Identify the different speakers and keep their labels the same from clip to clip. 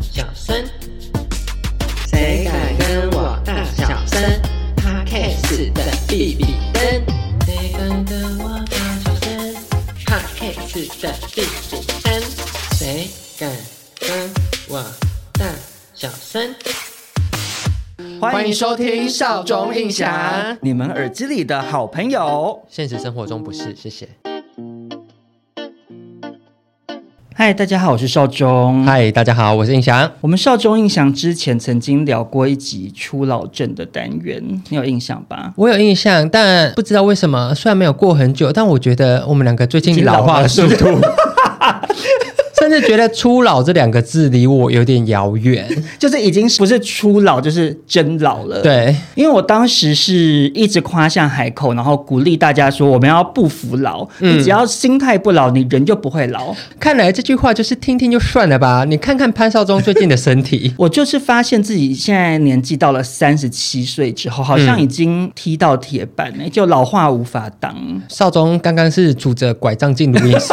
Speaker 1: 小声？谁敢跟我大小声？他 case 的比比登，谁敢跟我大小声？他 case 的比比登，谁敢跟我大小声？
Speaker 2: 欢迎
Speaker 1: 收听
Speaker 2: 少
Speaker 1: 中印象
Speaker 2: 你们耳机里的好朋友。
Speaker 1: 现实生活中不是，谢谢。
Speaker 2: 嗨，大家好，我是少中。
Speaker 1: 嗨，大家好，我是印翔。
Speaker 2: 我们少中印象之前曾经聊过一集初老症的单元，你有印象吧？
Speaker 1: 我有印象，但不知道为什么，虽然没有过很久，但我觉得我们两个最
Speaker 2: 已
Speaker 1: 近
Speaker 2: 经老
Speaker 1: 老化
Speaker 2: 了
Speaker 1: 的速
Speaker 2: 是
Speaker 1: 度， 甚至觉得“初老”这两个字离我有点遥远。
Speaker 2: 就是已经不是初老，就是真老了。。
Speaker 1: 对，
Speaker 2: 因为我当时是一直夸下海口，然后鼓励大家说我们要不服老，
Speaker 1: 嗯
Speaker 2: 你只要心态不老，你人就不会老。，
Speaker 1: 看来这句话就是听听就算了吧。你看看潘少忠最近的身体
Speaker 2: 我就是发现自己现在年纪到了三十七岁之后，好像已经踢到铁板
Speaker 1: 嗯
Speaker 2: 了、就老化无法挡。
Speaker 1: 少忠刚刚是拄着拐杖进录 音室。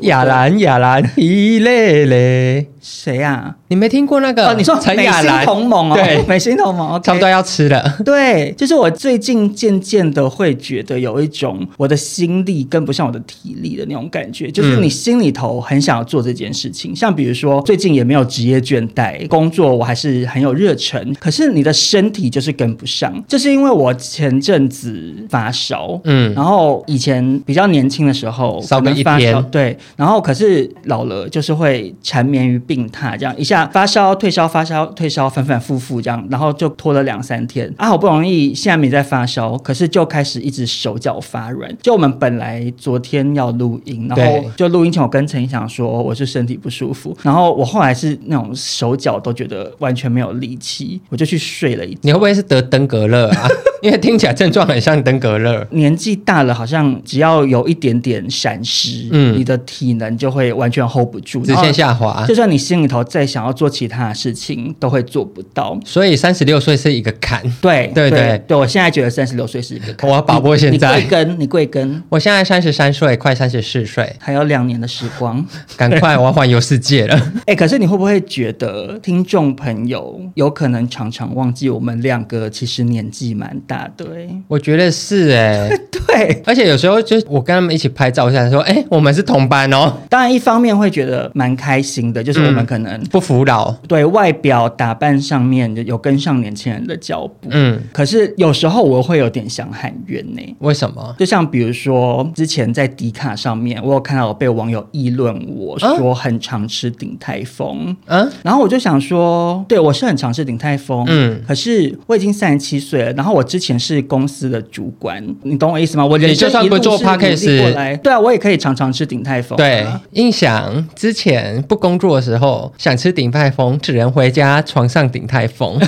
Speaker 1: 亚兰，亚兰，咦嘞嘞，
Speaker 2: 谁啊？
Speaker 1: 你没听过那个？
Speaker 2: 哦，你说
Speaker 1: 陈
Speaker 2: 美
Speaker 1: 亚
Speaker 2: 心
Speaker 1: 兰，
Speaker 2: 同盟哦，
Speaker 1: 对
Speaker 2: 美心同盟，OK，
Speaker 1: 差不多要吃了。
Speaker 2: 对，就是我最近渐渐的会觉得有一种我的心力跟不上我的体力的那种感觉，
Speaker 1: 嗯
Speaker 2: 就是你心里头很想要做这件事情，像比如说最近也没有职业倦怠，工作我还是很有热忱，可是你的身体就是跟不上，就是因为我前阵子发烧，
Speaker 1: 嗯，
Speaker 2: 然后以前比较年轻的时候，
Speaker 1: 烧个
Speaker 2: 可能
Speaker 1: 一
Speaker 2: 发
Speaker 1: 天
Speaker 2: 烧对，然后可是老了就是会缠绵于病榻，这样一下发烧、退烧、发烧、退烧，反反复复这样，然后就拖了两三天啊，好不容易现在没在发烧，可是就开始一直手脚发软。就我们本来昨天要录音，然后
Speaker 1: 对
Speaker 2: 就录音前我跟陈翔说我是身体不舒服，然后我后来是那种手脚都觉得完全没有力气，我就去睡了一觉。
Speaker 1: 你会不会是得登革热 啊？因为听起来症状很像登革热。
Speaker 2: 年纪大了，好像只要有一点点闪失，
Speaker 1: 嗯
Speaker 2: 你的体能就会完全 hold 不住，
Speaker 1: 直线下
Speaker 2: 然
Speaker 1: 滑
Speaker 2: 后。就算你心里头再想要做其他的事情，都会做不到。
Speaker 1: 所以三十六岁是一个坎。
Speaker 2: 对
Speaker 1: 对
Speaker 2: 对
Speaker 1: 对
Speaker 2: 对，我现在觉得三十六岁是一个坎
Speaker 1: 我要把握现在
Speaker 2: 你你贵庚？你贵庚？
Speaker 1: 我现在三十三岁，快三十四岁，
Speaker 2: 还有两年的时 光。
Speaker 1: 赶快我要环游世界 了。
Speaker 2: 哎、可是你会不会觉得听众朋友有可能常常忘记我们两个其实年纪蛮大的、欸？
Speaker 1: 我觉得是哎、
Speaker 2: 对。
Speaker 1: 而且有时候就是我跟他们一起拍照，我想说，哎、我们是同班哦，
Speaker 2: 当然，一方面会觉得蛮开心的，就是我们
Speaker 1: 嗯
Speaker 2: 可能
Speaker 1: 不服老。
Speaker 2: 对外表打扮上面有跟上年轻人的脚步，
Speaker 1: 嗯，
Speaker 2: 可是有时候我会有点想喊冤呢、
Speaker 1: 为什么？
Speaker 2: 就像比如说，之前在迪卡上面，我有看到有被网友议论我
Speaker 1: 啊
Speaker 2: 说很常吃鼎泰丰，
Speaker 1: 嗯，
Speaker 2: 然后我就想说，对我是很常吃鼎泰丰，
Speaker 1: 嗯
Speaker 2: 可是我已经三十七岁了，然后我之前是公司的主管，你懂我意思吗？我人
Speaker 1: 你就
Speaker 2: 生
Speaker 1: 算
Speaker 2: 一路
Speaker 1: 不做
Speaker 2: 是努力
Speaker 1: podcast
Speaker 2: 过来，对啊，我也可以常常吃鼎泰丰、啊
Speaker 1: 对，印象之前不工作的时候，想吃鼎泰丰，只能回家床上鼎泰 丰。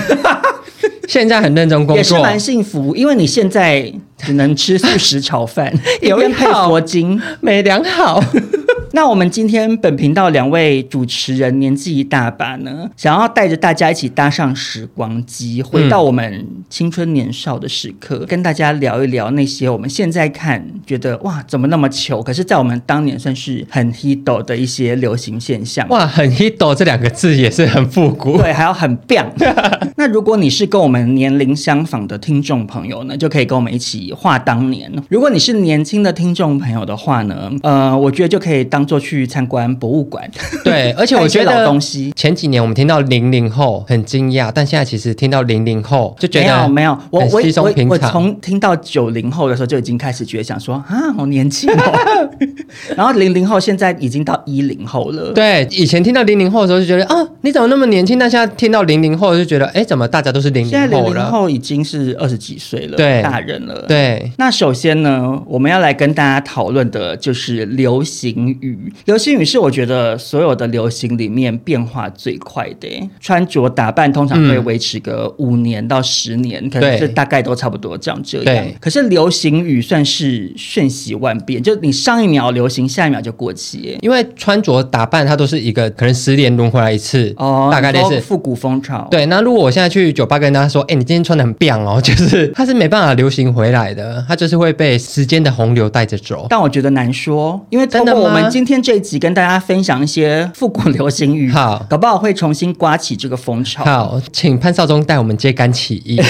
Speaker 1: 现在很认真工
Speaker 2: 也是
Speaker 1: 作，
Speaker 2: 蛮幸福，因为你现在只能吃素食炒饭，一
Speaker 1: 有一
Speaker 2: 边配
Speaker 1: 套
Speaker 2: 佛经。
Speaker 1: 没良好。
Speaker 2: 那我们今天本频道两位主持人年纪一大把呢，想要带着大家一起搭上时光机，回到我们青春年少的时刻，跟大家聊一聊那些我们现在看觉得哇怎么那么糗，可是在我们当年算是很 hit 的一些流行现象。
Speaker 1: 哇，很 hit 这两个字也是很复古。
Speaker 2: 对，还要很 b 那如果你是跟我们年龄相仿的听众朋友呢，就可以跟我们一起画当年。哦如果你是年轻的听众朋友的话呢，呃，我觉得就可以当做去参观博物馆，
Speaker 1: 对，而且
Speaker 2: 看
Speaker 1: 我
Speaker 2: 一些
Speaker 1: 觉
Speaker 2: 老
Speaker 1: 得
Speaker 2: 东西。
Speaker 1: 前几年我们听到零零后很惊讶，但现在其实听到零零后就觉
Speaker 2: 没有
Speaker 1: 得
Speaker 2: 没有，我
Speaker 1: 很
Speaker 2: 我
Speaker 1: 稀松
Speaker 2: 我
Speaker 1: 平
Speaker 2: 我
Speaker 1: 常
Speaker 2: 从听到九零后的时候就已经开始觉得想说啊，好年轻哦。 然后零零后现在已经到一零后了，
Speaker 1: 对以前听到零零后的时候就觉得啊，你怎么那么年轻？但现在听到零零后就觉得，哎，
Speaker 3: 怎么大家都是零
Speaker 2: 现在
Speaker 3: 零
Speaker 2: 零
Speaker 3: 后
Speaker 2: 零
Speaker 3: 了？
Speaker 2: 后已经是二十几岁了，
Speaker 3: 对
Speaker 2: 大人了，。
Speaker 3: 对，
Speaker 2: 那首先呢，我们要来跟大家讨论的就是流行语。流行语是我觉得所有的流行里面变化最快的耶，穿着打扮通常会维持个五年到十年，可能
Speaker 3: 对
Speaker 2: 是大概都差不多这样这样
Speaker 3: 对。
Speaker 2: 可是流行语算是瞬息万变，就你上一秒流行，下一秒就过期耶。
Speaker 3: 因为穿着打扮它都是一个可能十年轮回来一次，
Speaker 2: 哦，
Speaker 3: 大概类
Speaker 2: 你说
Speaker 3: 似。
Speaker 2: 复古风潮。
Speaker 3: 对，那如果我现在去酒吧跟大家说，哎、你今天穿的很棒哦， 就是它是没办法流行回来的，它就是会被时间的洪流带着走。
Speaker 2: 但我觉得难说，因为通
Speaker 3: 真
Speaker 2: 过
Speaker 3: 的
Speaker 2: 我
Speaker 3: 吗
Speaker 2: 们今天这一集跟大家分享一些复古流行语，
Speaker 3: 好
Speaker 2: 搞不好会重新刮起这个风潮。
Speaker 3: 好，请潘少忠带我们揭竿起 义。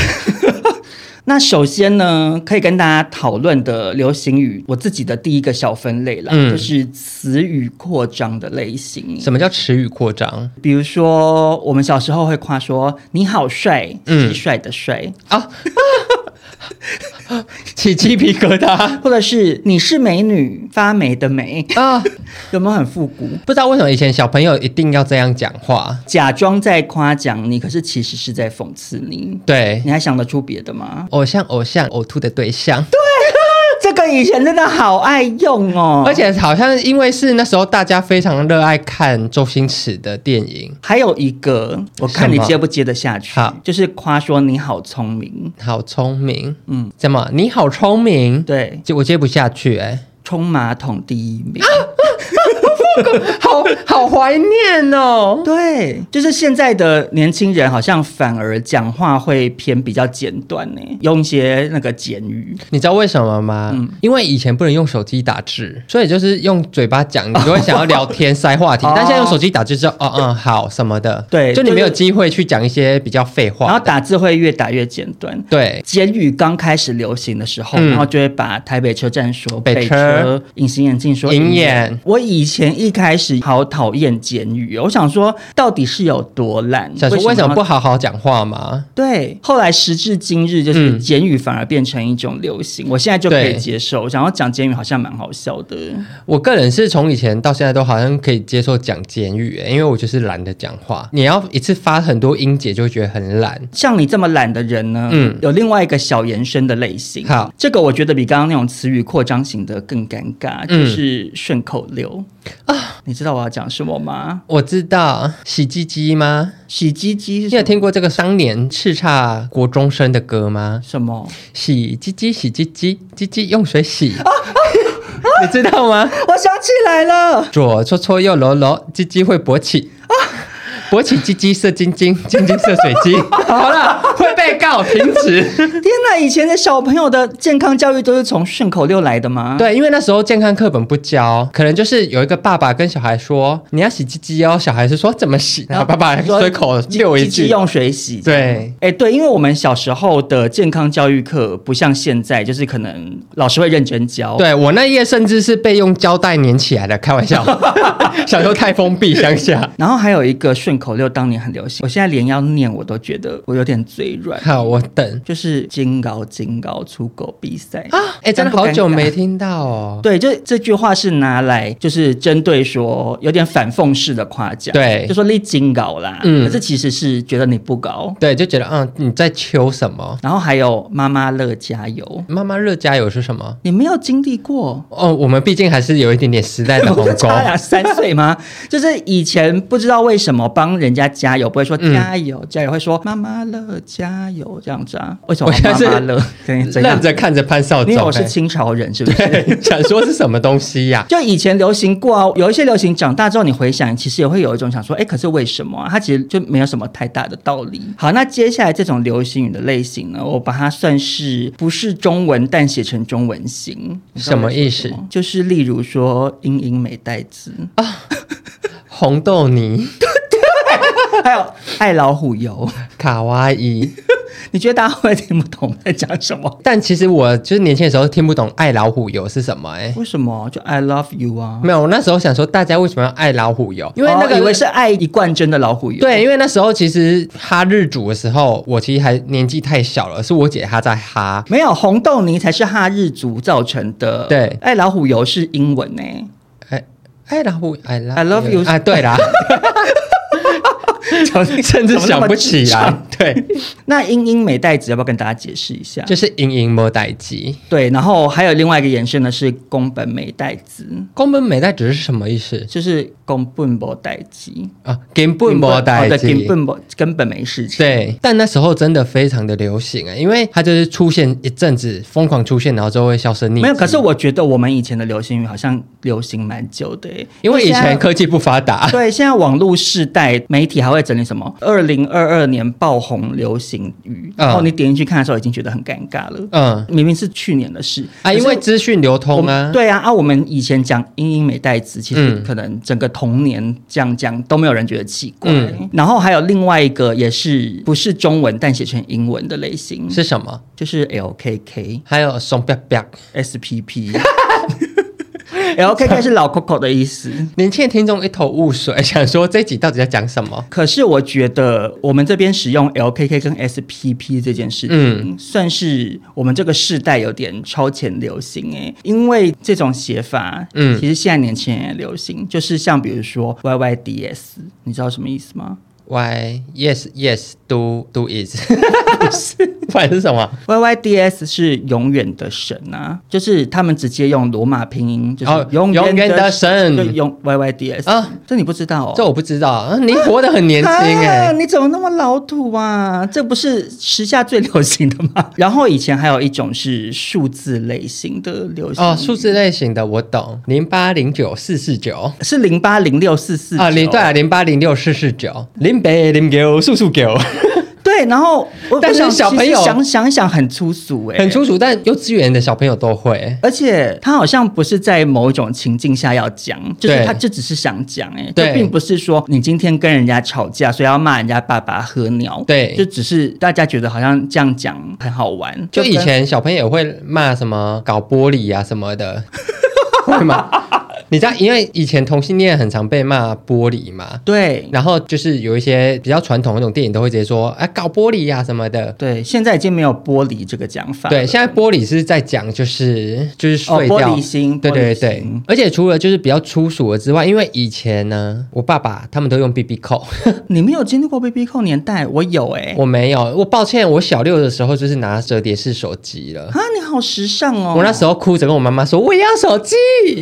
Speaker 2: 那首先呢，可以跟大家讨论的流行语，我自己的第一个小分类啦，
Speaker 3: 嗯
Speaker 2: 就是词语扩张的类型。
Speaker 3: 什么叫词语扩张
Speaker 2: 比如说，我们小时候会夸说“你好帅”，
Speaker 3: 嗯
Speaker 2: 蟋蟀的帅，
Speaker 3: 啊？起鸡皮疙瘩
Speaker 2: 或者是“你是美女”，发霉的霉，
Speaker 3: 啊！
Speaker 2: 有没有很复古？
Speaker 3: 不知道为什么以前小朋友一定要这样讲话。
Speaker 2: 假装在夸奖你，可是其实是在讽刺你。
Speaker 3: 对，
Speaker 2: 你还想得出别的吗？
Speaker 3: 偶像偶像呕吐的对象，
Speaker 2: 这个以前真的好爱用哦，
Speaker 3: 而且好像因为是那时候大家非常热爱看周星驰的电影，
Speaker 2: 还有一个，我看你
Speaker 3: 什么
Speaker 2: 接不接得下去
Speaker 3: 好，
Speaker 2: 就是夸说你好聪明，
Speaker 3: 好聪明，
Speaker 2: 嗯
Speaker 3: 嗯，怎么你好聪明？
Speaker 2: 对，
Speaker 3: 接我接不下去、欸，
Speaker 2: 冲马桶第一名，
Speaker 3: 哎，好好怀念哦。
Speaker 2: 对，就是现在的年轻人好像反而讲话会偏比较简短呢，用一些那个简语，
Speaker 3: 你知道为什么吗？因为以前不能用手机打字，所以就是用嘴巴讲，你就会想要聊天塞话 题
Speaker 2: 哦。
Speaker 3: 但现在用手机打字之后，哦嗯好什么的，
Speaker 2: 对
Speaker 3: 就你
Speaker 2: 就是
Speaker 3: 没有机会去讲一些比较废话的。
Speaker 2: 然后打字会越打越简短。
Speaker 3: 对
Speaker 2: 简语刚开始流行的时候，
Speaker 3: 嗯
Speaker 2: 然后就会把台北车站说
Speaker 3: 北
Speaker 2: 北
Speaker 3: 车
Speaker 2: 车，隐形眼镜说
Speaker 3: 银
Speaker 2: 银
Speaker 3: 眼。
Speaker 2: 我以前一开始好讨厌简语哦，我想说到底是有多烂，
Speaker 3: 想说为
Speaker 2: 为
Speaker 3: 什么
Speaker 2: 要
Speaker 3: 不好好讲话吗？
Speaker 2: 对，后来时至今日，就是
Speaker 3: 嗯
Speaker 2: 简语反而变成一种流行，我现在就可
Speaker 3: 对
Speaker 2: 以接受。我想要讲简语好像蛮好笑的，
Speaker 3: 我个人是从以前到现在都好像可以接受讲简语、欸因为我就是懒得讲话。你要一次发很多音节，就会觉得很懒。
Speaker 2: 像你这么懒的人呢，
Speaker 3: 嗯
Speaker 2: 有另外一个小延伸的类型。
Speaker 3: 好，
Speaker 2: 这个我觉得比刚刚那种词语扩张型的更尴尬，
Speaker 3: 嗯
Speaker 2: 就是顺口溜啊。你知道我要讲什么吗？
Speaker 3: 我知道洗鸡鸡吗？
Speaker 2: 洗鸡鸡 是
Speaker 3: 你
Speaker 2: 什
Speaker 3: 有
Speaker 2: 么？
Speaker 3: 听过这个当年叱咤国中生的歌吗？
Speaker 2: 什么？
Speaker 3: 洗鸡鸡，洗鸡鸡，鸡鸡用水洗， 你知道吗？
Speaker 2: 我想起来了，
Speaker 3: 左搓搓，右揉揉，鸡鸡会勃起。勃起鸡鸡射晶晶，晶晶射水 晶。好了，会被告停止。
Speaker 2: 天哪！以前的小朋友的健康教育都是从顺口溜来的吗？，
Speaker 3: 对，因为那时候健康课本不教，可能就是有一个爸爸跟小孩说：“你要洗鸡鸡哦。”小孩是说：“怎么洗？” 然后爸爸
Speaker 2: 说
Speaker 3: 随口溜一
Speaker 2: 鸡鸡
Speaker 3: 句。
Speaker 2: 用水洗。
Speaker 3: 对，
Speaker 2: 哎、对，因为我们小时候的健康教育课不像现在，就是可能老师会认真教。，
Speaker 3: 对我那页甚至是被用胶带粘起来的，开玩笑。小时候太封闭，乡下。
Speaker 2: 然后还有一个顺口溜，当年很流行，我现在连要念我都觉得我有点嘴 软。
Speaker 3: 好，我等
Speaker 2: 就是金高金高出狗比赛
Speaker 3: 啊！哎、真的
Speaker 2: 尴不
Speaker 3: 好
Speaker 2: 尴
Speaker 3: 久
Speaker 2: 尬
Speaker 3: 没听到哦。
Speaker 2: 对，就这句话是拿来就是针对说有点反讽式的夸奖，
Speaker 3: 对
Speaker 2: 就说你金高啦，
Speaker 3: 嗯
Speaker 2: 可是其实是觉得你不高。
Speaker 3: 对，就觉得嗯，你在求什么？
Speaker 2: 然后还有妈妈乐加油，
Speaker 3: 妈妈热加油是什么？
Speaker 2: 你没有经历过，
Speaker 3: 哦，我们毕竟还是有一点点时代的 鸿
Speaker 2: 我
Speaker 3: 沟。
Speaker 2: 差两三岁吗？ 就是以前不知道为什么帮人家加油不会说
Speaker 3: 嗯
Speaker 2: 加油、加油，会说妈妈乐加油这样子啊？为什么
Speaker 3: 我现在
Speaker 2: 妈
Speaker 3: 是
Speaker 2: 妈乐？ 对，怎样
Speaker 3: 愣？着看着潘少
Speaker 2: 因为
Speaker 3: 总
Speaker 2: 我，是
Speaker 3: 哎
Speaker 2: 清朝人，是不是？
Speaker 3: 对， 想说是什么东西呀、
Speaker 2: 就以前流行过啊，有一些流行长大之后你回想，其实也会有一种想说，哎，可是为什么啊？它其实就没有什么太大的道理。好，那接下来这种流行语的类型呢，我把它算是不是中文，但写成中文型，你知道
Speaker 3: 什么
Speaker 2: 为
Speaker 3: 意思
Speaker 2: 什么就是例如说，英英美代子，
Speaker 3: 红豆泥、
Speaker 2: 还有爱老虎油。
Speaker 3: 卡哇伊。
Speaker 2: 你觉得大家会听不懂在讲什么？
Speaker 3: 但其实我就是年轻的时候听不懂爱老虎油是什么、哎，
Speaker 2: 为什么？就 I love you 啊，
Speaker 3: 没有，我那时候想说大家为什么要爱老虎油？因为那个、
Speaker 2: 哦以为是爱一贯真的老虎油。
Speaker 3: 对，因为那时候其实哈日主的时候，我其实还年纪太小了，是我姐她在哈。
Speaker 2: 没有红豆泥才是哈日族造成的。
Speaker 3: 对
Speaker 2: 爱老虎油是英文 呢、
Speaker 3: 哎，爱老虎，I love
Speaker 2: I love you
Speaker 3: 啊，对啦，
Speaker 2: 怎么
Speaker 3: 甚至想不
Speaker 2: 怎么那么智
Speaker 3: 起。来
Speaker 2: 障。
Speaker 3: 对，
Speaker 2: 那英英美代子要不要跟大家解释一下？
Speaker 3: 就是英英莫代基。
Speaker 2: 对，然后还有另外一个延伸呢是宫本美代子，
Speaker 3: 宫本美代子是什么意思
Speaker 2: 就是宫本博代基，
Speaker 3: 啊？根本莫代
Speaker 2: 哦对
Speaker 3: 基
Speaker 2: 宫。本博根本没事情。
Speaker 3: 对，但那时候真的非常的流行啊，因为它就是出现一阵子疯狂出现，然后之后会销声匿迹。
Speaker 2: 没有，可是我觉得我们以前的流行语好像流行蛮久的耶，
Speaker 3: 因为以
Speaker 2: 现在
Speaker 3: 前科技不发达，
Speaker 2: 对，现在网络世代，媒体还会整理什么二零二二年爆红流行语，
Speaker 3: 嗯
Speaker 2: 然后你点进去看的时候，已经觉得很尴尬了。
Speaker 3: 嗯
Speaker 2: 明明是去年的事
Speaker 3: 啊，
Speaker 2: 可是
Speaker 3: 因为资讯流通
Speaker 2: 我
Speaker 3: 啊，
Speaker 2: 对啊，啊，我们以前讲英英美代词，其实
Speaker 3: 嗯
Speaker 2: 可能整个童年这样讲都没有人觉得奇怪。
Speaker 3: 嗯
Speaker 2: 然后还有另外一个也是不是中文但写成英文的类型，
Speaker 3: 是什么？
Speaker 2: 就是 LKK
Speaker 3: 还有松彪彪，
Speaker 2: SPP。LKK 是老 Coco 的意思。
Speaker 3: 年轻的听众一头雾水， 想说这集到底在讲什么？
Speaker 2: 可是我觉得我们这边使用 LKK 跟 SPP 这件事情，
Speaker 3: 嗯
Speaker 2: 算是我们这个世代有点超前流行哎、因为这种写法，
Speaker 3: 嗯
Speaker 2: 其实现在年轻人也流行，就是像比如说 YYDS，你知道什么意思吗
Speaker 3: Why? Yes, yes, do do is，不 是，反正是什么？
Speaker 2: ？YYDS 是永远的神啊，就是他们直接用罗马拼音，就是
Speaker 3: 哦
Speaker 2: 永
Speaker 3: 永远的神
Speaker 2: 就用 YYDS
Speaker 3: 啊
Speaker 2: 啊，这你不知道哦，
Speaker 3: 这我不知道，啊你活得很年轻哎、
Speaker 2: 啊 你怎么那么老土啊？这不是时下最流行的吗？ 然后以前还有一种是数字类型的流行
Speaker 3: 哦，数字类型的我懂，零八零九四四九
Speaker 2: 是零八零六四四
Speaker 3: 啊，零对啊，零八零六四四九零八零九四四九，
Speaker 2: 对，然后我
Speaker 3: 但是
Speaker 2: 我想
Speaker 3: 小朋
Speaker 2: 其
Speaker 3: 友
Speaker 2: 实想想一想很粗俗哎、
Speaker 3: 很。粗俗，但幼稚园的小朋友都会。
Speaker 2: 而且他好像不是在某一种情境下要讲，就是
Speaker 3: 对
Speaker 2: 他这只是想讲、欸，哎，
Speaker 3: 对
Speaker 2: 这并不是说你今天跟人家吵架，所以要骂人家爸爸喝尿，
Speaker 3: 对
Speaker 2: 就只是大家觉得好像这样讲很好玩，
Speaker 3: 就
Speaker 2: 跟
Speaker 3: 以前小朋友也会骂什么搞玻璃啊什 么的，会吗？你知道，因为以前同性恋很常被骂玻璃嘛，
Speaker 2: 对
Speaker 3: 然后就是有一些比较传统的那种电影都会直接说，哎、搞玻璃呀、什么的。
Speaker 2: 对，现在已经没有玻璃这个讲法了，
Speaker 3: 对，现在玻璃是在讲就是就是
Speaker 2: 哦，
Speaker 3: 碎
Speaker 2: 玻
Speaker 3: 掉。
Speaker 2: 璃心，
Speaker 3: 对对
Speaker 2: 玻璃
Speaker 3: 对
Speaker 2: 心，
Speaker 3: 而且除了就是比较粗俗的之外，因为以前呢，我爸爸他们都用 B B 扣，
Speaker 2: 你没有经历过 BB 扣年代，我有哎、
Speaker 3: 我没有，我抱歉，我小六的时候就是拿折叠式手机了，
Speaker 2: 啊，你好时尚哦！
Speaker 3: 我那时候哭着跟我妈妈说我也要手机，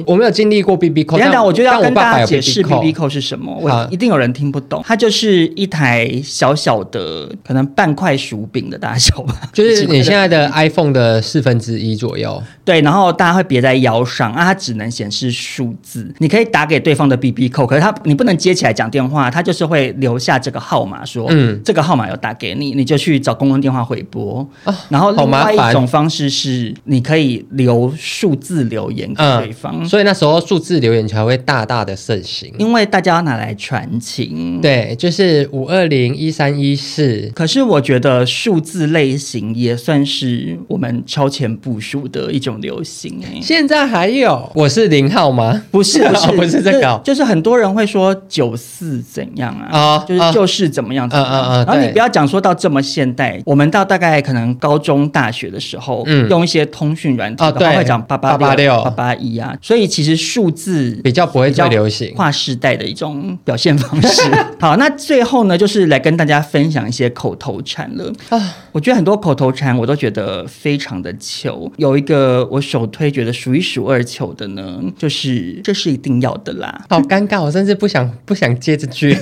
Speaker 3: 我没有经历过 B B 扣，
Speaker 2: 等一下，等一
Speaker 3: 但
Speaker 2: 下我就要
Speaker 3: 但
Speaker 2: 跟
Speaker 3: 我爸
Speaker 2: 大
Speaker 3: 爸
Speaker 2: 家
Speaker 3: 有
Speaker 2: 解释
Speaker 3: BB 扣啊
Speaker 2: BB 扣是什么，
Speaker 3: 好
Speaker 2: 我一定有人听不懂。它就是一台小小的，可能半块薯饼的大小吧，
Speaker 3: 就是
Speaker 2: 几块
Speaker 3: 你
Speaker 2: 的
Speaker 3: 现在的 iPhone 的四分之一左右。
Speaker 2: 对，然后大家会别在腰上啊，它只能显示数字。你可以打给对方的 BB 扣，可是它你不能接起来讲电话，它就是会留下这个号码说，
Speaker 3: 嗯
Speaker 2: 嗯，这个号码有打给你，你就去找公共电话回拨。
Speaker 3: 啊
Speaker 2: 然后
Speaker 3: 好
Speaker 2: 另
Speaker 3: 麻
Speaker 2: 外
Speaker 3: 烦
Speaker 2: 一种方式是，你可以留数字留言给
Speaker 3: 嗯
Speaker 2: 对方，
Speaker 3: 所以那时候数字留言才会大大的盛行。
Speaker 2: 因为大家要拿来传情。
Speaker 3: 对，就是五二零一三一四，
Speaker 2: 可是我觉得数字类型也算是我们超前部署的一种流行、欸。
Speaker 3: 现在还有。我是零号吗？
Speaker 2: 不是 不是
Speaker 3: 不是这个哦
Speaker 2: 就就是很多人会说九四怎样啊，
Speaker 3: 啊
Speaker 2: 就是
Speaker 3: 啊
Speaker 2: 就是怎么样怎么样。
Speaker 3: 嗯嗯嗯
Speaker 2: 然后
Speaker 3: 对
Speaker 2: 你不要讲说到这么现代，我们到大概可能高中、大学的时候，
Speaker 3: 嗯
Speaker 2: 用一些通讯软体
Speaker 3: 哦
Speaker 2: 的话
Speaker 3: 对
Speaker 2: 会讲八八
Speaker 3: 886
Speaker 2: 八八一啊，所以其实数字
Speaker 3: 比较不会
Speaker 2: 比较
Speaker 3: 最流行。
Speaker 2: 跨世代的一种表现方 式。好，那最后呢，就是来跟大家分享一些口头禅了。
Speaker 3: 啊
Speaker 2: 我觉得很多口头禅我都觉得非常的糗。有一个我首推觉得数一数二糗的呢，就是这是一定要的啦。
Speaker 3: 好尴尬，我甚至不想不想接这 句，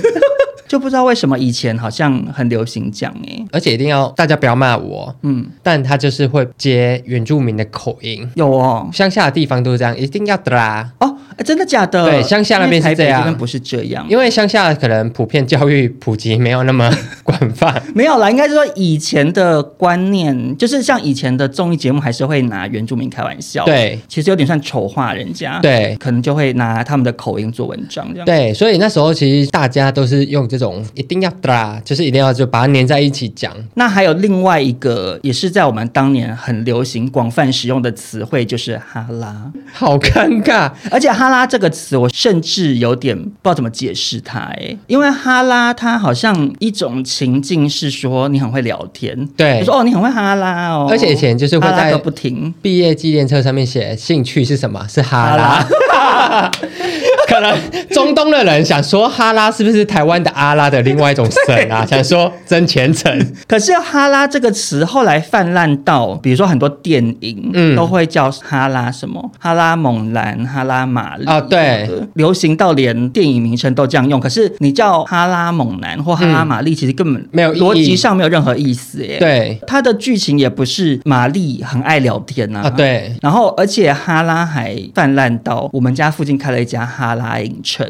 Speaker 2: 就不知道为什么以前好像很流行讲诶、
Speaker 3: 而且一定要大家不要骂我，
Speaker 2: 嗯，
Speaker 3: 但他就是会接原住民的口音，
Speaker 2: 有哦。
Speaker 3: 乡下的地方都是这样，一定要的啦，
Speaker 2: 哦，哎真的假的？
Speaker 3: 对乡下那边是
Speaker 2: 因为台北
Speaker 3: 这样
Speaker 2: 这边不是这样。
Speaker 3: 因为乡下可能普遍教育普及没有那 么广泛，
Speaker 2: 没有啦，应该是说以前的观念，就是像以前的综艺节目还是会拿原住民开玩笑，
Speaker 3: 对，
Speaker 2: 其实有点算丑化人家，
Speaker 3: 对
Speaker 2: 可能就会拿他们的口音做文章这样。
Speaker 3: 对，所以那时候其实大家都是用这种一定要的啦，就是一定要就把它粘在一起讲，
Speaker 2: 那还有另外一个，也是在我们当年很流行、广泛使用的词汇，就是哈拉。
Speaker 3: 好尴尬。
Speaker 2: 而且哈拉这个词，我甚至有点不知道怎么解释它，哎，因为哈拉它好像一种情境是说你很会聊天，
Speaker 3: 对
Speaker 2: 就说哦你很会哈拉哦，
Speaker 3: 而且以前就是会
Speaker 2: 哈拉
Speaker 3: 在
Speaker 2: 个不停，
Speaker 3: 毕业纪念册上面写兴趣是什么？是哈拉。 可能中东的人想说哈拉是不是台湾的阿拉的另外一 种神啊？想说真虔 诚，
Speaker 2: 可是“哈拉”这个词后来泛滥到，比如说很多电影、
Speaker 3: 嗯
Speaker 2: 都会叫哈拉什么哈拉猛男、哈拉玛丽
Speaker 3: 啊对，
Speaker 2: 流行到连电影名称都这样用。可是你叫哈拉猛男或哈拉玛丽，其实根本
Speaker 3: 没有意义
Speaker 2: 逻辑上没有任何意思耶。，
Speaker 3: 嗯对
Speaker 2: 它的剧情也不是玛丽很爱聊天
Speaker 3: 啊，对，
Speaker 2: 然后，而且哈拉还泛滥到我们家附近开了一家哈拉影 城，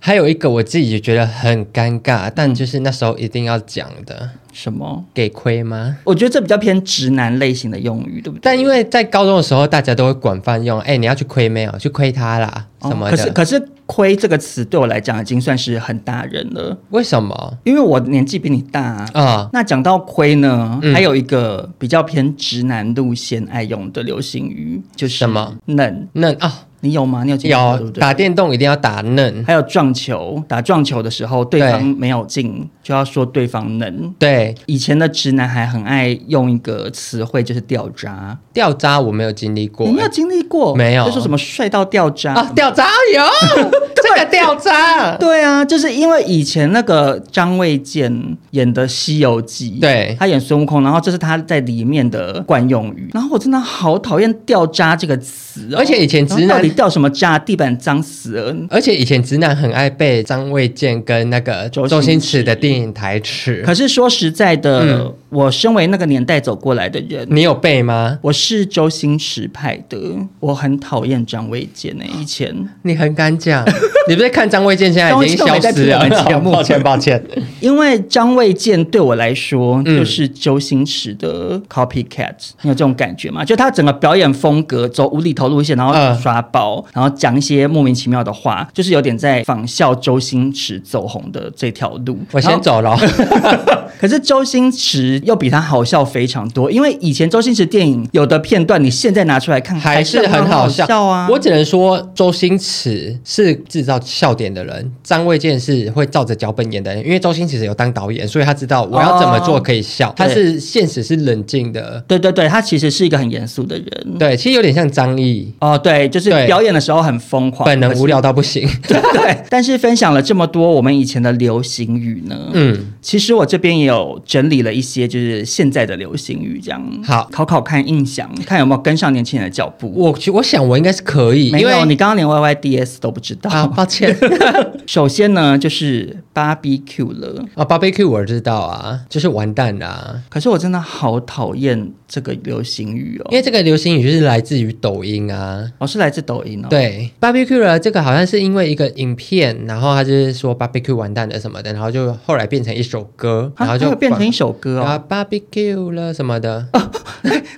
Speaker 3: 还有一个我自己觉得很尴尬，但就是那时候一定要讲的，
Speaker 2: 什么？
Speaker 3: 给亏吗？
Speaker 2: 我觉得这比较偏直男类型的用语，对不对？
Speaker 3: 但因为在高中的时候，大家都会广泛用，哎、你要去亏没有？去亏他啦，
Speaker 2: 哦
Speaker 3: 什么
Speaker 2: 可
Speaker 3: 的。
Speaker 2: 是可是“亏”这个词对我来讲已经算是很大人了，
Speaker 3: 为什么
Speaker 2: 因为我年纪比你大啊。
Speaker 3: 啊？
Speaker 2: 那讲到亏呢，
Speaker 3: 嗯
Speaker 2: 还有一个比较偏直男路线爱用的流行语，就是
Speaker 3: 什么
Speaker 2: 嫩？
Speaker 3: 嫩啊、
Speaker 2: 你有吗？你有经历过对
Speaker 3: 有
Speaker 2: 不对？
Speaker 3: 打电动一定要打嫩，
Speaker 2: 还有撞球，打撞球的时候，对
Speaker 3: 对
Speaker 2: 方没有进，就要说对方嫩。
Speaker 3: 对，
Speaker 2: 以前的直男还很爱用一个词汇，就是掉渣。
Speaker 3: 掉渣我没有经历过
Speaker 2: 你没有经历过？
Speaker 3: 没有
Speaker 2: 就说什么帅到掉渣
Speaker 3: 啊，掉渣有 这个掉渣，
Speaker 2: 对啊，就是因为以前那个张卫健演的《西游记》，
Speaker 3: 对
Speaker 2: 他演孙悟空，然后这是他在里面的惯用语。然后我真的好讨厌“掉渣”这个词哦、
Speaker 3: 而且以前直
Speaker 2: 然后到
Speaker 3: 男
Speaker 2: 底，掉什么渣？地板脏死了。
Speaker 3: 而且以前直男很爱被张卫健跟那个
Speaker 2: 周
Speaker 3: 周
Speaker 2: 星
Speaker 3: 星驰的
Speaker 2: 驰
Speaker 3: 电影台词
Speaker 2: 可，是说实在的，
Speaker 3: 嗯
Speaker 2: 我身为那个年代走过来的人，
Speaker 3: 你有背吗？
Speaker 2: 我是周星驰派的，我很讨厌张卫健呢、以前。
Speaker 3: 你很敢 讲，你不是看张卫健现在已经
Speaker 2: 张
Speaker 3: 消
Speaker 2: 卫健
Speaker 3: 失了
Speaker 2: 没在听我们节？目
Speaker 3: 抱歉，抱歉。
Speaker 2: 因为张卫健对我来说
Speaker 3: 嗯
Speaker 2: 就是周星驰的 copycat，、你有这种感觉吗？就他整个表演风格走无厘头路线，然
Speaker 3: 嗯
Speaker 2: 后刷包，然后讲一些莫名其妙的话，就是有点在仿效周星驰走红的这条路。
Speaker 3: 我
Speaker 2: 然
Speaker 3: 先
Speaker 2: 后。
Speaker 3: 走了。
Speaker 2: 可是周星驰又比他好笑非常多，因为以前周星驰电影有的片段，你现在拿出来看
Speaker 3: 还是很
Speaker 2: 好
Speaker 3: 好笑
Speaker 2: 啊。
Speaker 3: 我只能说，周星驰是制造笑点的人，张卫健是会照着脚本演的人。因为周星驰有当导演，所以他知道我要怎么
Speaker 2: 哦
Speaker 3: 做可以笑。他是现实是冷静的，
Speaker 2: 对对对，他其实是一个很严肃的人。
Speaker 3: 对，其实有点像张译，
Speaker 2: 哦，对，就是
Speaker 3: 对
Speaker 2: 表演的时候很疯狂，
Speaker 3: 本人
Speaker 2: 可是
Speaker 3: 无聊到 不行。
Speaker 2: 对，但是分享了这么多我们以前的流行语呢，嗯，
Speaker 3: 嗯，
Speaker 2: 其实我这边也有整理了一些就是现在的流行语，这样
Speaker 3: 好
Speaker 2: 考考看印象，看有没有跟上年轻人的脚步。
Speaker 3: 我去，我想我应该是可以，
Speaker 2: 没
Speaker 3: 因
Speaker 2: 有，
Speaker 3: 为
Speaker 2: 你刚刚连 Y Y D S 都不知道。
Speaker 3: 啊，抱歉
Speaker 2: 首先呢，就是 barbecue 了。
Speaker 3: 啊，barbecue 我知道啊，就是完蛋啦、
Speaker 2: 可是我真的好讨厌这个流行语哦，
Speaker 3: 因为这个流行语就是来自于抖音啊。
Speaker 2: 我、是来自抖音哦。，
Speaker 3: 对，barbecue 了这个好像是因为一个影片，然后他就是说 barbecue 完蛋了什么的，然后就后来变成一首歌，然
Speaker 2: 啊
Speaker 3: 后
Speaker 2: 它
Speaker 3: 就
Speaker 2: 有变成一首歌
Speaker 3: 啊
Speaker 2: 哦。
Speaker 3: barbecue 了什么的。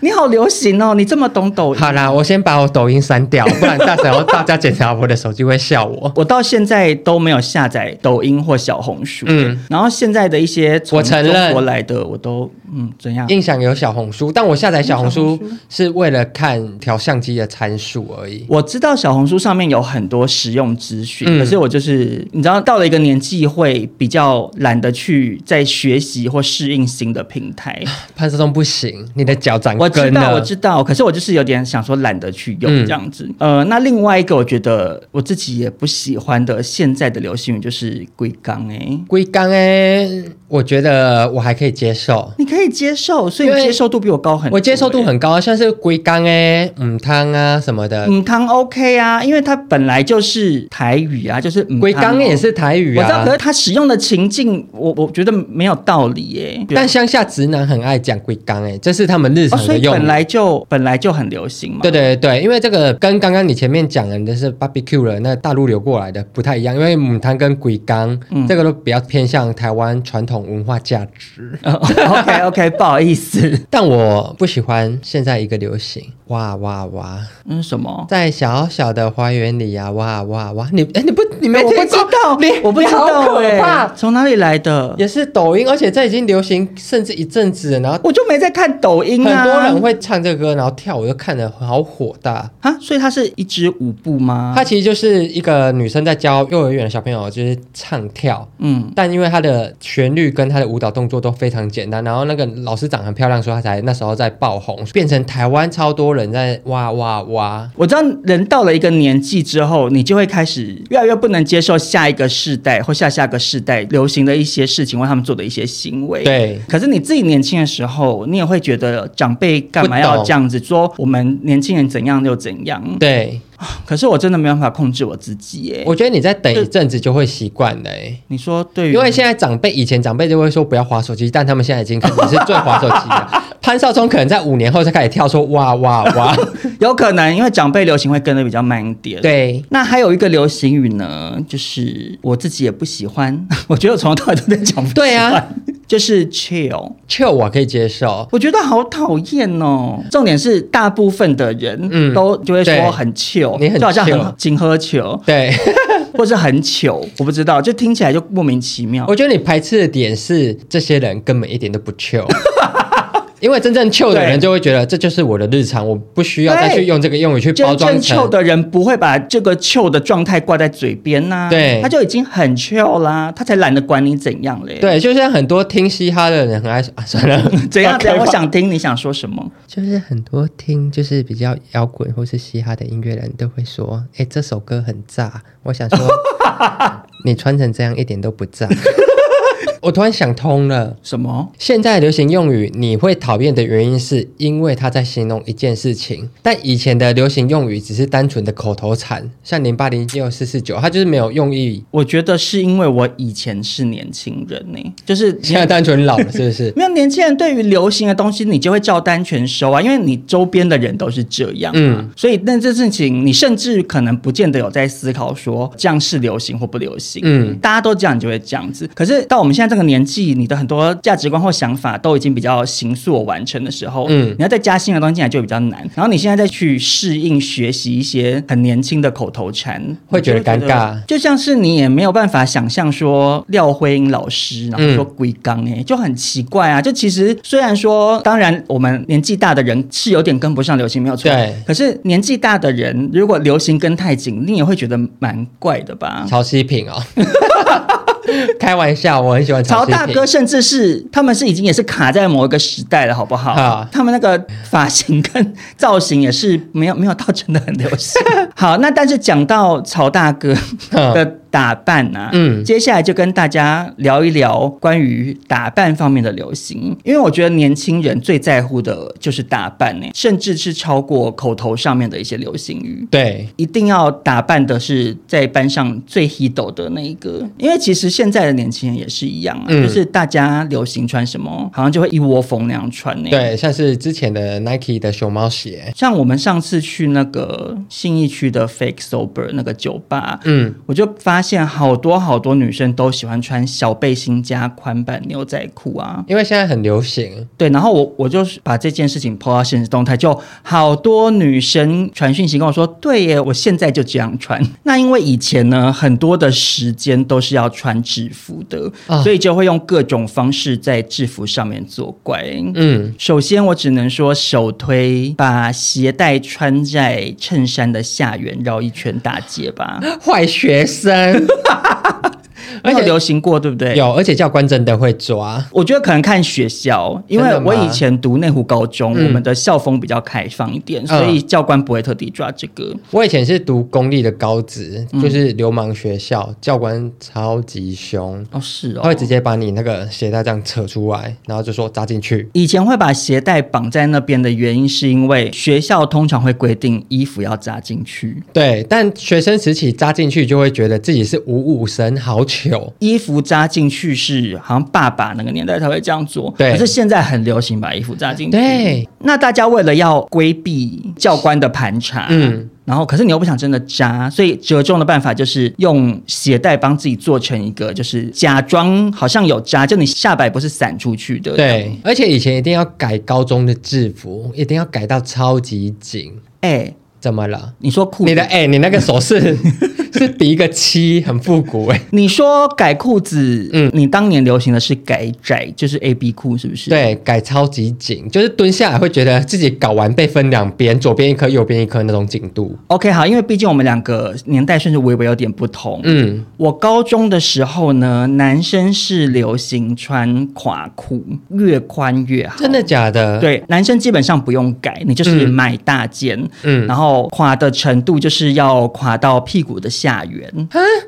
Speaker 2: 你好流行哦，你这么懂抖音。
Speaker 3: 好啦，我先把我抖音删 掉，不然到时候大家检查我的手机会笑我。
Speaker 2: 我到现在都没有下载抖音或小红书。
Speaker 3: 嗯，
Speaker 2: 然后现在的一些
Speaker 3: 我
Speaker 2: 从
Speaker 3: 承
Speaker 2: 中
Speaker 3: 认
Speaker 2: 国来的，我都嗯怎样？
Speaker 3: 印象有小红书，但我下载小红书是为了看调相机的参数而已。
Speaker 2: 我知道小红书上面有很多实用资讯，
Speaker 3: 嗯
Speaker 2: 可是我就是你知道，到了一个年纪会比较懒得去再学习或适应新的平 台。
Speaker 3: 潘思聪不行，你的脚长
Speaker 2: 我知
Speaker 3: 根了。
Speaker 2: 道，我知道，可是我就是有点想说懒得去用
Speaker 3: 啊嗯
Speaker 2: 这样子。呃，那另外一个我觉得我自己也不喜欢的现在的流行语就是“龟缸”哎，
Speaker 3: 龟缸哎，我觉得我还可以接受。
Speaker 2: 你可以接受，所以
Speaker 3: 因
Speaker 2: 你
Speaker 3: 为
Speaker 2: 接受度比我高很多、
Speaker 3: 我接受度
Speaker 2: 欸
Speaker 3: 很高啊，像是龟缸哎、母汤啊什么的，
Speaker 2: 嗯，汤 OK 啊，因为它本来就是台语啊，就是嗯
Speaker 3: 龟缸
Speaker 2: 汤
Speaker 3: 也、是台语
Speaker 2: 我知道，
Speaker 3: 啊
Speaker 2: 可。是它使用的情境，我我觉得没有道理耶、
Speaker 3: 但乡下直男很爱讲龟缸哎，这是他们日
Speaker 2: 哦，
Speaker 3: 常
Speaker 2: 所
Speaker 3: 的
Speaker 2: 以
Speaker 3: 用
Speaker 2: 本
Speaker 3: 语。
Speaker 2: 来就本来就很流行嘛。
Speaker 3: 对对对，因为这个跟刚刚你前面讲的那是 barbecue 了，那大陆流过来的不太一样，因为母汤跟龟缸、
Speaker 2: 嗯
Speaker 3: 这个都比较偏向台湾传统文化价值。
Speaker 2: 哦、OK OK，不好意思，
Speaker 3: 但我不喜欢现在一个流行，哇哇哇，
Speaker 2: 嗯，什么？
Speaker 3: 在小小的花园里呀、哇哇哇，你哎你不你没
Speaker 2: 我
Speaker 3: 听
Speaker 2: 不知
Speaker 3: 过
Speaker 2: 道，
Speaker 3: 你
Speaker 2: 我不知
Speaker 3: 你好
Speaker 2: 道
Speaker 3: 可
Speaker 2: 哎、
Speaker 3: 怕
Speaker 2: 从哪里来的？
Speaker 3: 也是抖音，而且这已经流行甚至一阵子了，然后
Speaker 2: 我就没在看抖音啊。
Speaker 3: 很多人会唱这歌，然后跳舞，就看得好火大。
Speaker 2: 啊，所以它是一支舞步吗？
Speaker 3: 它其实就是一个女生在教幼儿园的小朋友，就是唱跳。
Speaker 2: 嗯，
Speaker 3: 但因为她的旋律跟她的舞蹈动作都非常简单，然后那个老师长很漂亮，所以她才那时候在爆红，变成台湾超多人人在哇哇哇，
Speaker 2: 我知道人到了一个年纪之后，你就会开始越来越不能接受下一个世代或下下个世代流行的一些事情或他们做的一些行为。
Speaker 3: 对
Speaker 2: 可是你自己年轻的时候，你也会觉得长辈干嘛
Speaker 3: 不懂
Speaker 2: 要这样子说我们年轻人怎样就怎样。
Speaker 3: 对，
Speaker 2: 可是我真的没办法控制我自己耶。
Speaker 3: 我觉得你再等一阵子就会习惯了、欸。
Speaker 2: 你说对于
Speaker 3: 因为现在长辈以前长辈就会说不要划手机，但他们现在已经开始是最划手机 的。潘少聪可能在五年后才开始跳说哇哇哇，
Speaker 2: 有可能，因为长辈流行会跟的比较慢一点。。
Speaker 3: 对，
Speaker 2: 那还有一个流行语呢，就是我自己也不喜欢， 我觉得我从头到尾都在讲不喜欢
Speaker 3: 对啊，
Speaker 2: 就是 chill，
Speaker 3: chill 我可以接受，
Speaker 2: 我觉得好讨厌哦。重点是大部分的人
Speaker 3: 嗯
Speaker 2: 都就会
Speaker 3: 对
Speaker 2: 说很 chill，、
Speaker 3: 你很
Speaker 2: 就好像
Speaker 3: chill
Speaker 2: 很请喝酒，
Speaker 3: 对。
Speaker 2: 或是很糗，我不知道，就听起来就莫名其妙。
Speaker 3: 我觉得你排斥的点是这些人根本一点都不 chill，因为真正 chill 的人
Speaker 2: 对
Speaker 3: 就会觉得这就是我的日常，我不需要再
Speaker 2: 对
Speaker 3: 去用这个用语去包
Speaker 2: 真
Speaker 3: 装
Speaker 2: 正糗
Speaker 3: 成。
Speaker 2: 的人不会把这个糗的状态挂在嘴边呐、
Speaker 3: 对
Speaker 2: 他就已经很糗啦，他才懒得管你怎样嘞。，
Speaker 3: 对，就像很多听嘻哈的人很爱啊，算了，
Speaker 2: 怎样
Speaker 3: OK
Speaker 2: 怎样，我
Speaker 3: 吧
Speaker 2: 想听你想说什么。
Speaker 3: 就是很多听就是比较摇滚或是嘻哈的音乐人都会说，哎、这首歌很炸。我想 说，你穿成这样一点都不炸。 我突然想通了。
Speaker 2: 什么？
Speaker 3: 现在流行用语你会讨厌的原因，是因为它在形容一件事情，但以前的流行用语只是单纯的口头禅，像零八零六四四九，它就是没有用意。
Speaker 2: 我觉得是因为我以前是年轻人呢、 就是？
Speaker 3: 现在单纯老了，是不是
Speaker 2: 没有年轻人对于流行的东西，你就会照单全收啊，因为你周边的人都是这样、啊，
Speaker 3: 嗯
Speaker 2: 所以那这事情你甚至可能不见得有在思考说这样是流行或不流行，
Speaker 3: 嗯
Speaker 2: 大家都这样，你就会这样子。可是到我们现在这个年纪，你的很多价值观或想法都已经比较形塑完成的时候，
Speaker 3: 嗯
Speaker 2: 你要再加新的东西进来就比较难。然后你现在再去适应学习一些很年轻的口头禅，
Speaker 3: 会觉得
Speaker 2: 你就
Speaker 3: 尴尬
Speaker 2: 就像是你也没有办法想象说廖辉英老师，然
Speaker 3: 嗯
Speaker 2: 后说龟缸哎，就很奇怪啊。就其实虽然说，当然我们年纪大的人是有点跟不上流行，没有错。
Speaker 3: 对
Speaker 2: 可是年纪大的人如果流行跟太紧，你也会觉得蛮怪的吧？
Speaker 3: 曹希平哦， 开玩笑，我很喜欢
Speaker 2: 曹
Speaker 3: 希平。
Speaker 2: 大哥甚至是他们是已经也是卡在某一个时代了，好不好？
Speaker 3: 好
Speaker 2: 他们那个发型跟造型也是没有没 有到真的很流行。好，那但是讲到曹大哥
Speaker 3: 嗯
Speaker 2: 的打扮啊，嗯，
Speaker 3: 嗯
Speaker 2: 接下来就跟大家聊一聊关于打扮方面的流行，因为我觉得年轻人最在乎的就是打扮呢、甚至是超过口头上面的一些流行语。
Speaker 3: 对，
Speaker 2: 一定要打扮的是在班上最 h i t 的那一个，因为其实现在的年轻人也是一样啊，
Speaker 3: 嗯
Speaker 2: 就是大家流行穿什么，好像就会一窝蜂那样穿呢、，
Speaker 3: 对，像是之前的 Nike 的熊猫鞋，
Speaker 2: 像我们上次去那个信义区的 Fake Sober 那个酒吧，
Speaker 3: 嗯，
Speaker 2: 我就发现好多好多女生都喜欢穿小背心加宽版牛仔裤啊。
Speaker 3: 因为现在很流行，
Speaker 2: 对，然后我我就是把这件事情 po 到现实动态，就好多女生传讯息跟我说，对耶，我现在就这样穿。 那因为以前呢，很多的时间都是要穿制服的，
Speaker 3: 啊
Speaker 2: 所以就会用各种方式在制服上面作怪。
Speaker 3: 嗯，
Speaker 2: 首先，我只能说首推把鞋带穿在衬衫的下缘绕一圈大街吧，
Speaker 3: 坏学生
Speaker 2: 而
Speaker 3: 而且
Speaker 2: 且流行过，对不对？
Speaker 3: 有，而且教官真的会抓，
Speaker 2: 我觉得可能看学校，因为
Speaker 3: 真的吗
Speaker 2: 我以前读内湖高中，
Speaker 3: 嗯
Speaker 2: 我们的校风比较开放一点，所以教官不会特地抓这个。
Speaker 3: 我以前是读公立的高职，就是流氓学校，教官超级凶，
Speaker 2: 哦，是
Speaker 3: 他
Speaker 2: 哦
Speaker 3: 会。直接把你那个鞋带这样扯出来，然后就说扎进去。
Speaker 2: 以前会把鞋带绑在那边的原因，是因为学校通常会规定衣服要扎进去，
Speaker 3: 对，但学生时期扎进去就会觉得自己是五五身，好糗。
Speaker 2: 衣服扎进去是好像爸爸那个年代才会这样做，
Speaker 3: 对
Speaker 2: 可是现在很流行把衣服扎进去。
Speaker 3: 对，
Speaker 2: 那大家为了要规避教官的盘查，嗯
Speaker 3: 嗯。
Speaker 2: 然后，可是你又不想真的扎，所以折中的办法就是用鞋带帮自己做成一个，就是假装好像有扎，就你下摆不是散出去的。
Speaker 3: 对，啊而且以前一定要改高中的制服，一定要改到超级紧。
Speaker 2: 哎、
Speaker 3: 怎么了？
Speaker 2: 你说裤
Speaker 3: 你
Speaker 2: 子
Speaker 3: 的哎、你那个 手势是比一个七，很复古哎、
Speaker 2: 你说改裤子，嗯，你当年流行的是改窄，就是 A B 裤，是不是？，
Speaker 3: 对，改超级紧，就是蹲下来会觉得自己搞完被分两边，左边一颗，右边一颗那种紧度。
Speaker 2: OK，好，因为毕竟我们两个年代甚至微微有点不同。
Speaker 3: 嗯，
Speaker 2: 我高中的时候呢，男生是流行穿垮裤，越宽越好。
Speaker 3: 真的假的？，
Speaker 2: 对，男生基本上不用改，你就是
Speaker 3: 嗯
Speaker 2: 买大件，
Speaker 3: 嗯
Speaker 2: 然后垮的程度就是要垮到屁股的下缘，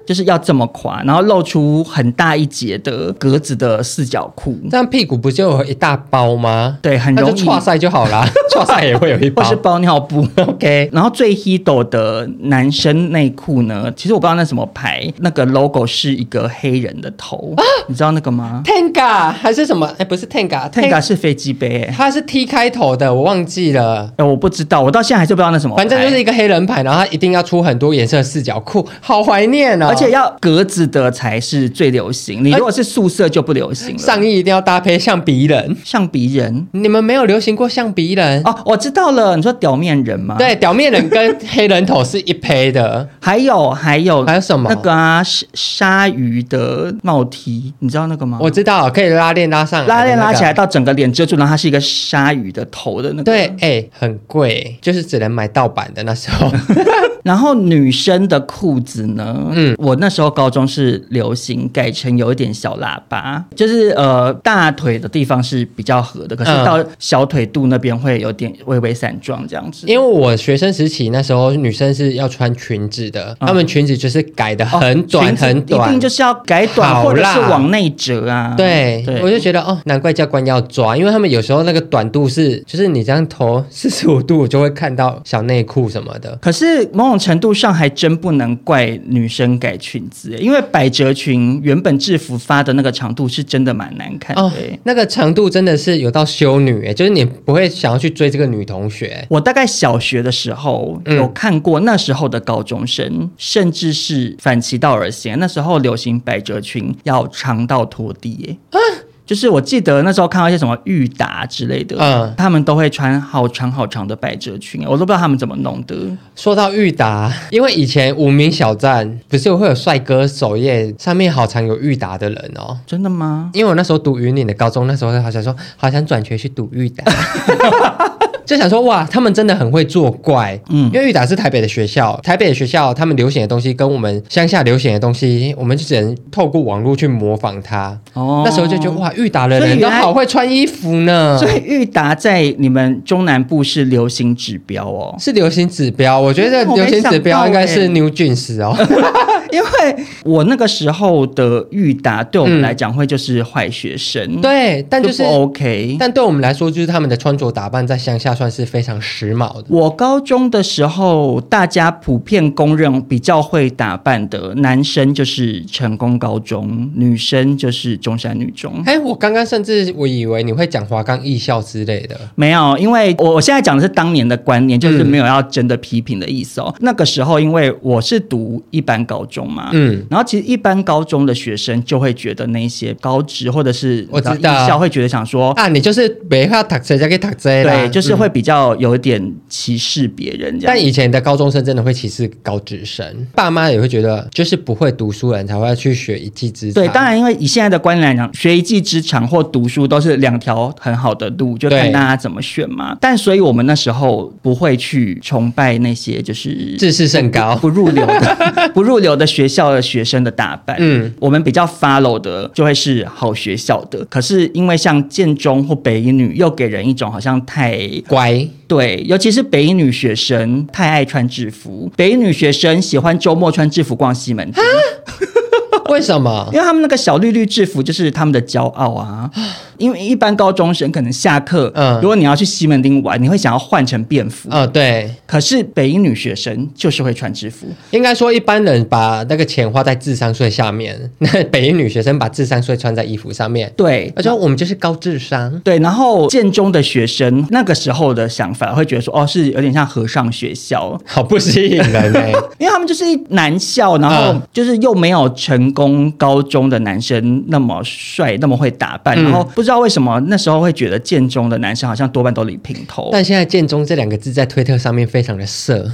Speaker 2: 就是要这么垮，然后露出很大一截的格子的四角裤，
Speaker 3: 这样屁股不就有一大包吗？
Speaker 2: 对，很
Speaker 3: 那
Speaker 2: 容
Speaker 3: 就
Speaker 2: 易
Speaker 3: 跨赛就 好啦，跨赛也会有一
Speaker 2: 或
Speaker 3: 包
Speaker 2: 是。包尿布。
Speaker 3: OK，
Speaker 2: 然后最 hito 的男生内裤呢，其实我不知道那什么牌，那个 logo 是一个黑人的头，
Speaker 3: 啊
Speaker 2: 你知道那个吗
Speaker 3: Tenga 还是什么？哎、不是
Speaker 2: ？Tenga
Speaker 3: Tenga，Tenga
Speaker 2: 是飞机杯、欸，
Speaker 3: 它是 T 开头的，我忘记了。
Speaker 2: 哎、我不知道，我到现在还是不知道那什么牌，
Speaker 3: 反正就是一个黑人牌，然后它一定要出很多颜色的四角裤，好怀念哦！
Speaker 2: 而且要格子的才是最流行，你如果是素色就不流行了。
Speaker 3: 哎上衣一定要搭配象鼻人。
Speaker 2: 象鼻人
Speaker 3: 你们没有流行过象鼻人？
Speaker 2: 哦，我知道了，你说屌面人吗？，
Speaker 3: 啊对，表面人跟黑人头是一胚 的。
Speaker 2: 还有还有
Speaker 3: 还有什么
Speaker 2: 那个啊，鲨鲨鱼的帽 T，你知道那个吗？
Speaker 3: 我知道，可以拉链拉上来、
Speaker 2: 拉链拉起来。到整个脸遮住，然后它是一个鲨鱼的头的那个。
Speaker 3: 对，哎、很贵，就是只能买盗版的那 时候。
Speaker 2: 然后女生的裤子呢？嗯，我那时候高中是流行改成有一点小喇叭，就是呃大腿的地方是比较合的，可是
Speaker 3: 嗯
Speaker 2: 到小腿肚那边会有点微微散状这样子。
Speaker 3: 因为我学生时期那时候女生是要穿裙子的，她、们裙子就是改的很
Speaker 2: 嗯
Speaker 3: 短、
Speaker 2: 哦裙子
Speaker 3: 很短，
Speaker 2: 一定就是要改短
Speaker 3: 好
Speaker 2: 或者
Speaker 3: 啦
Speaker 2: 是往内折啊。
Speaker 3: 对，
Speaker 2: 对
Speaker 3: 我就觉得哦，难怪教官要抓，因为他们有时候那个短度是，就是你这样头四十五度，就会看到小内裤什么的。
Speaker 2: 可是某种程度上还真不能怪女生改裙子耶，因为百褶裙原本制服发的那个长度是真的蛮难看的欸
Speaker 3: 哦
Speaker 2: 耶。，
Speaker 3: 那个长度真的是有到修女、欸，就是你不会想要去追这个女同学。哎
Speaker 2: 我大概小学的时候
Speaker 3: 嗯
Speaker 2: 有看过那时候的高中生，甚至是反其道而行，那时候流行百褶裙要长到拖地耶。
Speaker 3: 啊
Speaker 2: 就是我记得那时候看到一些什么裕达之类的，
Speaker 3: 嗯
Speaker 2: 他们都会穿好长好长的百褶裙，我都不知道他们怎么弄的。
Speaker 3: 说到裕达，因为以前无名小站不是会有帅哥首页，上面好常有裕达的人哦。
Speaker 2: 真的吗？
Speaker 3: 因为我那时候读云岭的高中，那时候好想说，好想转学去读裕 达，就想说哇，他们真的很会作怪。
Speaker 2: 嗯
Speaker 3: 嗯，因为裕达是台北的学校，台北的学校他们流行的东西跟我们乡下流行的东西，我们就只能透过网络去模仿它。
Speaker 2: 哦
Speaker 3: 那时候就觉得，哇，裕达的
Speaker 2: 所以
Speaker 3: 人都
Speaker 2: 原来
Speaker 3: 好会穿衣服呢，
Speaker 2: 所。以裕达在你们中南部是流行指标哦
Speaker 3: 是流行指标，我觉得
Speaker 2: 嗯我没
Speaker 3: 流行指标应该
Speaker 2: 想到
Speaker 3: 是
Speaker 2: 欸
Speaker 3: New Jeans 哦。
Speaker 2: 因为我那个时候的裕达对我们来讲会就是坏学生，，
Speaker 3: 嗯对，但就是
Speaker 2: 不 OK。
Speaker 3: 但对我们来说，就是他们的穿着打扮在乡下算是非常时髦的。
Speaker 2: 我高中的时候，大家普遍公认比较会打扮的男生就是成功高中，女生就是中山女中。
Speaker 3: 哎，我刚刚甚至我以为你会讲华冈艺校之类的，
Speaker 2: 没有，因为我我现在讲的是当年的观念，就是没有要真的批评的意思哦。那个时候，因为我是读一般高中嘛，
Speaker 3: 嗯，
Speaker 2: 然后其实一般高中的学生就会觉得那些高职或者是
Speaker 3: 我知道
Speaker 2: 你艺校会觉得想说，
Speaker 3: 啊，你就是没法读这，才可以读这啦，
Speaker 2: 对，就是
Speaker 3: 嗯。
Speaker 2: 会比较有一点歧视别人这样。
Speaker 3: 但以前的高中生真的会歧视高职生，爸妈也会觉得就是不会读书人才会去学一技之长。
Speaker 2: 对，当然，因为以现在的观念来讲，学一技之长或读书都是两条很好的路，就看
Speaker 3: 对
Speaker 2: 大家怎么选嘛。但所以我们那时候不会去崇拜那些就是
Speaker 3: 自视甚高
Speaker 2: 不、不入流 的、不入流的学校的学生的打扮。嗯
Speaker 3: 嗯，
Speaker 2: 我们比较 follow 的就会是好学校的。可是因为像建中或北一女，又给人一种好像太
Speaker 3: 乖，
Speaker 2: 对，尤其是北一女学生太爱穿制服，北一女学生喜欢周末穿制服逛西门町。
Speaker 3: 为什么？
Speaker 2: 因为他们那个小绿绿制服就是他们的骄傲啊。因为一般高中生可能下课，
Speaker 3: 嗯
Speaker 2: 如果你要去西门町玩，你会想要换成便服。
Speaker 3: 哦，对，
Speaker 2: 可是北英女学生就是会穿制服，
Speaker 3: 应该说一般人把那个钱花在智商税下面，那北一女学生把智商税穿在衣服上面，
Speaker 2: 对
Speaker 3: 而且我们就是高智商。
Speaker 2: 对。然后建中的学生那个时候的想法会觉得说，哦，是有点像和尚学校，
Speaker 3: 好不吸引人哎、
Speaker 2: 因为他们就是男校，然后
Speaker 3: 嗯
Speaker 2: 就是又没有成功高中的男生那么帅，那么会打扮，
Speaker 3: 嗯
Speaker 2: 然后不知道为什么那时候会觉得建中的男生好像多半都理平头，
Speaker 3: 但现在“建中”这两个字在推特上面非常的色，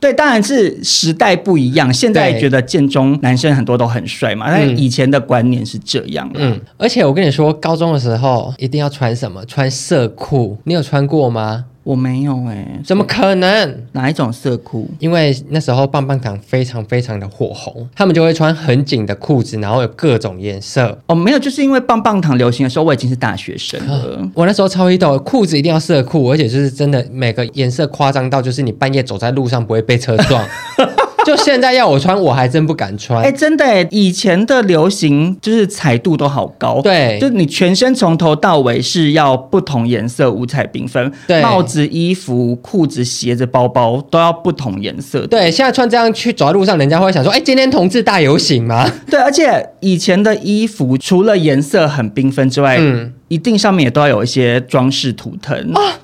Speaker 2: 对，当然是时代不一样。现在
Speaker 3: 对
Speaker 2: 觉得建中男生很多都很帅嘛，但以前的观念是这样。嗯，
Speaker 3: 嗯，而且我跟你说，高中的时候一定要穿什么？穿色裤，你有穿过吗？
Speaker 2: 我没有哎、
Speaker 3: 怎么可能？
Speaker 2: 哪一种色裤？
Speaker 3: 因为那时候棒棒糖非常非常的火红，他们就会穿很紧的裤子，然后有各种颜色。
Speaker 2: 哦，没有，就是因为棒棒糖流行的时候，我已经是大学生了。
Speaker 3: 我那时候超一抖，裤子一定要色裤，而且就是真的每个颜色夸张到，就是你半夜走在路上不会被车撞。 就现在要我穿，我还真不敢穿。
Speaker 2: 哎、真的哎，以前的流行就是彩度都好高，
Speaker 3: 对
Speaker 2: 就你全身从头到尾是要不同颜色五彩缤纷，
Speaker 3: 对
Speaker 2: 帽子、衣服、裤子、鞋子、包包都要不同颜色的。
Speaker 3: 对，现在穿这样去走在路上，人家会想说：“哎、今天同志大游行吗
Speaker 2: 对，而且以前的衣服除了颜色很缤纷之外，
Speaker 3: 嗯哦
Speaker 2: 一定上面也都要有一些装饰图腾。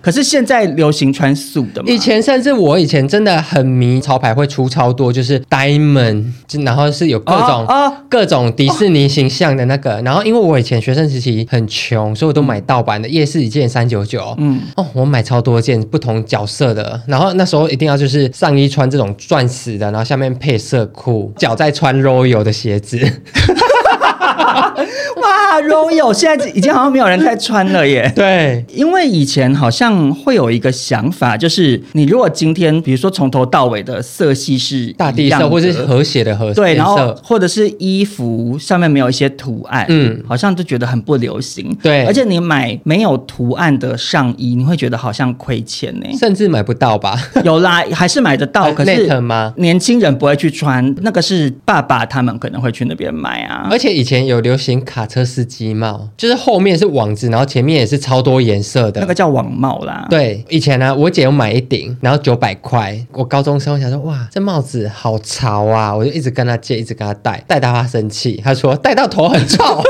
Speaker 2: 可是现在流行穿素的？”嘛，
Speaker 3: 以前甚至我以前真的很迷潮牌，会出超多，就是 diamond，就然后是有各种、
Speaker 2: 哦哦
Speaker 3: 各种迪士尼形象的那个。然后因为我以前学生时期很穷，所以我都买盗版的，夜市一件三九九。嗯，哦，我买超多件不同角色的。然后那时候一定要就是上衣穿这种钻石的，然后下面配色裤，脚再穿 royal 的鞋子。
Speaker 2: 哇，Royal 现在已经好像没有人在穿了耶。
Speaker 3: 对，
Speaker 2: 因为以前好像会有一个想法，就是你如果今天，比如说从头到尾的色系是
Speaker 3: 大
Speaker 2: 一
Speaker 3: 地
Speaker 2: 样的
Speaker 3: 色或是和谐的和
Speaker 2: 对，然后
Speaker 3: 颜色
Speaker 2: 或者是衣服上面没有一些图案，嗯
Speaker 3: 嗯，
Speaker 2: 好像就觉得很不流行。
Speaker 3: 对
Speaker 2: 而且你买没有图案的上衣，你会觉得好像亏钱呢、
Speaker 3: 甚至买不到吧？
Speaker 2: 有啦，还是买得到，哦可
Speaker 3: 呃 Net
Speaker 2: 是
Speaker 3: 吗？
Speaker 2: 年轻人不会去穿，那个是爸爸他们可能会去那边买啊。
Speaker 3: 而且以前有流行卡车司机帽，就是后面是网子，然后前面也是超多颜色的。
Speaker 2: 那个叫网帽啦，
Speaker 3: 对，以前呢、我姐有买一顶，然后九百块。我高中生，我想说，哇，这帽子好潮啊！我就一直跟她借，一直跟她戴，戴到她生气，她说戴到头很 臭。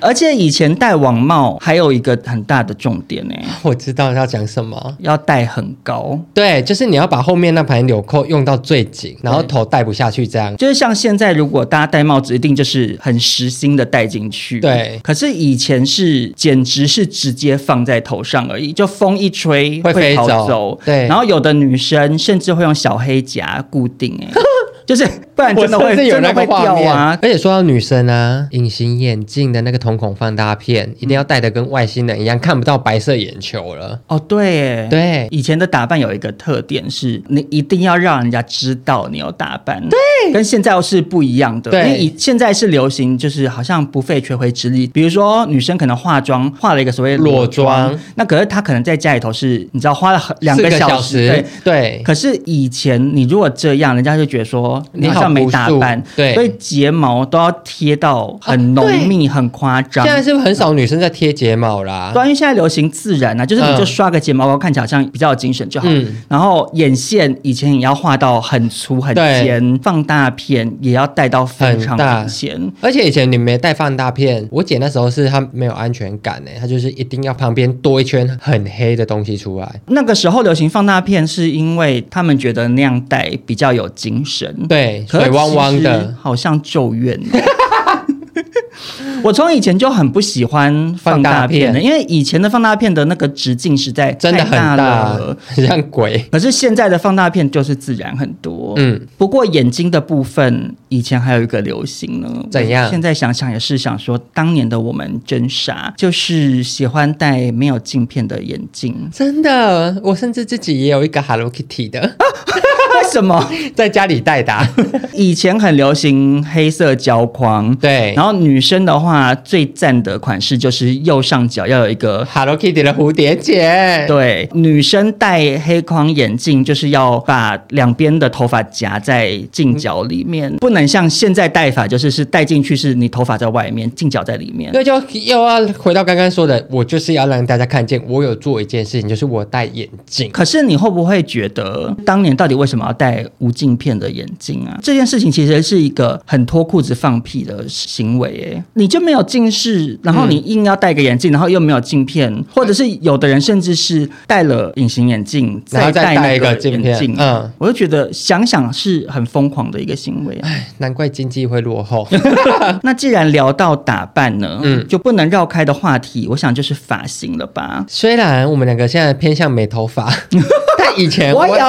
Speaker 2: 而且以前戴网帽还有一个很大的重点呢、
Speaker 3: 我知道要讲什么，
Speaker 2: 要戴很高，
Speaker 3: 对，就是你要把后面那盘纽扣用到最紧，然后头戴不下去这样。
Speaker 2: 就是像现在，如果大家戴帽子，一定就是很实心的戴进去。
Speaker 3: 对
Speaker 2: 可是以前是简直是直接放在头上而已，就风一吹
Speaker 3: 会飞
Speaker 2: 逃
Speaker 3: 走对
Speaker 2: 然后有的女生甚至会用小黑夹固定、 欸，就是不然真的会
Speaker 3: 我甚至有
Speaker 2: 真
Speaker 3: 那
Speaker 2: 的
Speaker 3: 个
Speaker 2: 会
Speaker 3: 画
Speaker 2: 掉
Speaker 3: 面
Speaker 2: 啊。
Speaker 3: 而且说到女生啊，隐形眼镜的那个瞳孔放大片，一定要戴的跟外星人一样，看不到白色眼球了。
Speaker 2: 哦，对，哎
Speaker 3: 对
Speaker 2: 以前的打扮有一个特点是，你一定要让人家知道你有打扮，对，跟现在是不一样的。
Speaker 3: 对
Speaker 2: 因为以现在是流行，就是好像不费吹灰之力，比如说女生可能化妆化了一个所谓
Speaker 3: 裸
Speaker 2: 妆，
Speaker 3: 妆
Speaker 2: 那可是她可能在家里头是，你知道花了很两
Speaker 3: 四
Speaker 2: 小
Speaker 3: 小
Speaker 2: 对。
Speaker 3: 对
Speaker 2: 可是以前你如果这样，人家就觉得说
Speaker 3: 你
Speaker 2: 好
Speaker 3: 好
Speaker 2: 像没打
Speaker 3: 朴素
Speaker 2: 扮，
Speaker 3: 对
Speaker 2: 所以睫毛都要贴到很浓
Speaker 3: 啊对
Speaker 2: 密、很夸张。
Speaker 3: 现在是不是很少女生在贴睫毛啦？
Speaker 2: 对啊，因为现在流行自然啊，就是你就
Speaker 3: 嗯
Speaker 2: 刷个睫毛膏，看起来好像比较有精神就好。
Speaker 3: 嗯
Speaker 2: 然后眼线以前也要画到很粗很
Speaker 3: 对
Speaker 2: 尖，放大片也要带到非常
Speaker 3: 很大
Speaker 2: 明显。
Speaker 3: 而且以前你没戴放大片，我姐那时候是她没有安全感呢、欸她就是一定要旁边多一圈很黑的东西出来。
Speaker 2: 那个时候流行放大片，是因为他们觉得那样戴比较有精神，
Speaker 3: 对，
Speaker 2: 可是
Speaker 3: 水汪汪
Speaker 2: 其实
Speaker 3: 的。
Speaker 2: 好像咒 怨。我从以前就很不喜欢放大片的，
Speaker 3: 放大片
Speaker 2: 因为以前的放大片的那个直径实在
Speaker 3: 真的
Speaker 2: 太
Speaker 3: 很大
Speaker 2: 了，，
Speaker 3: 很像鬼。
Speaker 2: 可是现在的放大片就是自然很多，
Speaker 3: 嗯，
Speaker 2: 不过眼睛的部分以前还有一个流行呢，
Speaker 3: 怎样。
Speaker 2: 我现在想想也是想说，当年的我们真傻，就是喜欢戴没有镜片的眼镜
Speaker 3: 真的，我甚至自己也有一个 Hello Kitty 的，
Speaker 2: 为什么
Speaker 3: 在家里戴的啊、
Speaker 2: 以前很流行黑色胶框？
Speaker 3: 对，
Speaker 2: 然后女生的话，最赞的款式就是右上角要有一个
Speaker 3: Hello Kitty 的蝴蝶结，
Speaker 2: 对，女生戴黑框眼镜就是要把两边的头发夹在镜角里面，不能像现在戴法，就是是戴进去是你头发在外面，镜角在里面。
Speaker 3: 那就又要回到刚刚说的，我就是要让大家看见我有做一件事情，就是我戴眼镜。
Speaker 2: 可是你会不会觉得当年到底为什么要戴无镜片的眼镜啊，这件事情其实是一个很脱裤子放屁的行为。哎，你就没有近视，然后你硬要戴个眼镜，然后又没有镜片，或者是有的人甚至是戴了隐形眼镜，
Speaker 3: 然后再
Speaker 2: 戴
Speaker 3: 戴
Speaker 2: 那
Speaker 3: 一个镜
Speaker 2: 眼
Speaker 3: 片
Speaker 2: 镜。
Speaker 3: 嗯，
Speaker 2: 我就觉得想想是很疯狂的一个行 为啊。
Speaker 3: 难怪经济会 落后。
Speaker 2: 那既然聊到打扮呢，
Speaker 3: 嗯
Speaker 2: 就不能绕开的话题，我想就是发型了吧。
Speaker 3: 虽然我们两个现在偏向美头发， 但以前
Speaker 2: 我 有，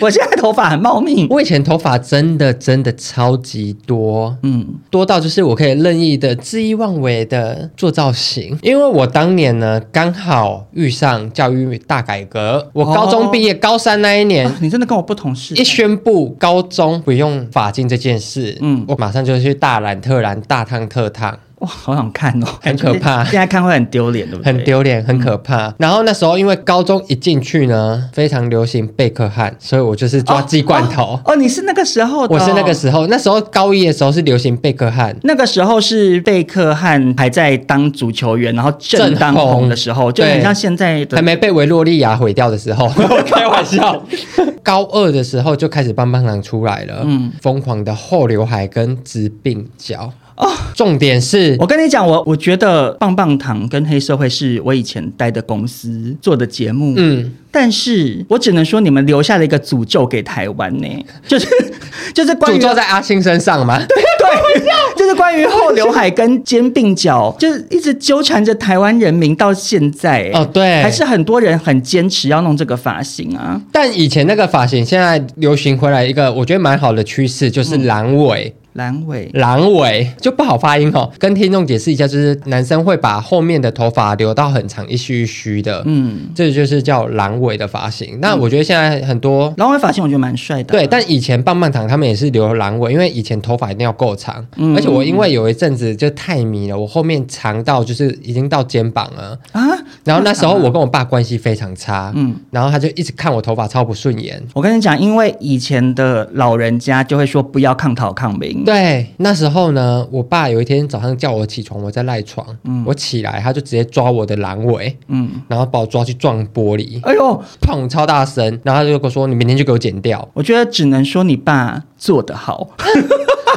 Speaker 2: 我现在头发很茂密。
Speaker 3: 我以前头发真的真的超级多，
Speaker 2: 嗯，
Speaker 3: 多到就是我可以任意的恣意妄为的做造型，因为我当年呢刚好遇上教育大改革，我高
Speaker 2: 哦
Speaker 3: 中毕业、高三那一年。
Speaker 2: 啊你真的跟我不同世代
Speaker 3: 一宣布高中不用法禁这件事，
Speaker 2: 嗯
Speaker 3: 嗯，我马上就去大染特染、大烫特烫，
Speaker 2: 哇，好想看哦，
Speaker 3: 很可怕
Speaker 2: 现在看会很丢脸，对不对？哦
Speaker 3: 很。丢脸，很可怕。然后那时候因为高中一进去呢，非常流行贝克汉，所以我就是抓鸡罐头。
Speaker 2: 哦，你是那个时候的哦、
Speaker 3: 我是那个时候，那时候高一的时候是流行贝克汉，
Speaker 2: 那个时候是贝克汉还在当足球员，然后正当
Speaker 3: 正红
Speaker 2: 红的时候，就很
Speaker 3: 对
Speaker 2: 像现在
Speaker 3: 还
Speaker 2: 的。
Speaker 3: 没被维洛利亚毁掉的时 候，开玩笑。 高二的时候就开始棒棒糖出来了，
Speaker 2: 嗯
Speaker 3: 嗯，疯狂的后刘海跟直鬓角。哦，重点是
Speaker 2: 我跟你讲，我我觉得棒棒糖跟黑社会是我以前待的公司做的节目，
Speaker 3: 嗯，
Speaker 2: 但是我只能说你们留下了一个诅咒给台湾呢、就是 就是关于
Speaker 3: 诅咒在阿星身上嘛？
Speaker 2: 对，就是关于后刘海跟肩并 角，就是一直纠缠着台湾人民到现在、欸。
Speaker 3: 哦，对，
Speaker 2: 还是很多人很坚持要弄这个发型啊，
Speaker 3: 但以前那个发型，现在流行回来一个我觉得蛮好的趋势，就是
Speaker 2: 嗯
Speaker 3: 狼尾。
Speaker 2: 阑尾。
Speaker 3: 狼尾就不好发音哦，跟听众解释一下，就是男生会把后面的头发留到很长，一须一须的，
Speaker 2: 嗯，
Speaker 3: 这就是叫狼尾的发型。那我觉得现在很多、
Speaker 2: 阑尾发型我觉得蛮帅的啊。
Speaker 3: 对，但以前棒棒糖他们也是留狼尾，因为以前头发一定要够长，
Speaker 2: 嗯
Speaker 3: 而且我因为有一阵子就太迷了，我后面长到就是已经到肩膀了。
Speaker 2: 啊，
Speaker 3: 然后那时候我跟我爸关系非常差，
Speaker 2: 嗯
Speaker 3: 嗯，然后他就一直看我头发超不顺眼，
Speaker 2: 我跟你讲，因为以前的老人家就会说不要抗讨抗病。
Speaker 3: 对，那时候呢，我爸有一天早上叫我起床，我在赖床，我起来，他就直接抓我的阑尾，
Speaker 2: 嗯，
Speaker 3: 然后把我抓去撞玻璃，
Speaker 2: 哎呦，。
Speaker 3: 砰，超大声，然后他就跟我说：“你明天就给我剪掉
Speaker 2: 我觉得只能说你爸做得好。”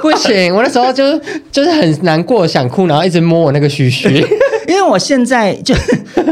Speaker 3: 不行，我那时候就就是很难过，想哭，然后一直摸我那个 须须。
Speaker 2: 因为我现在 就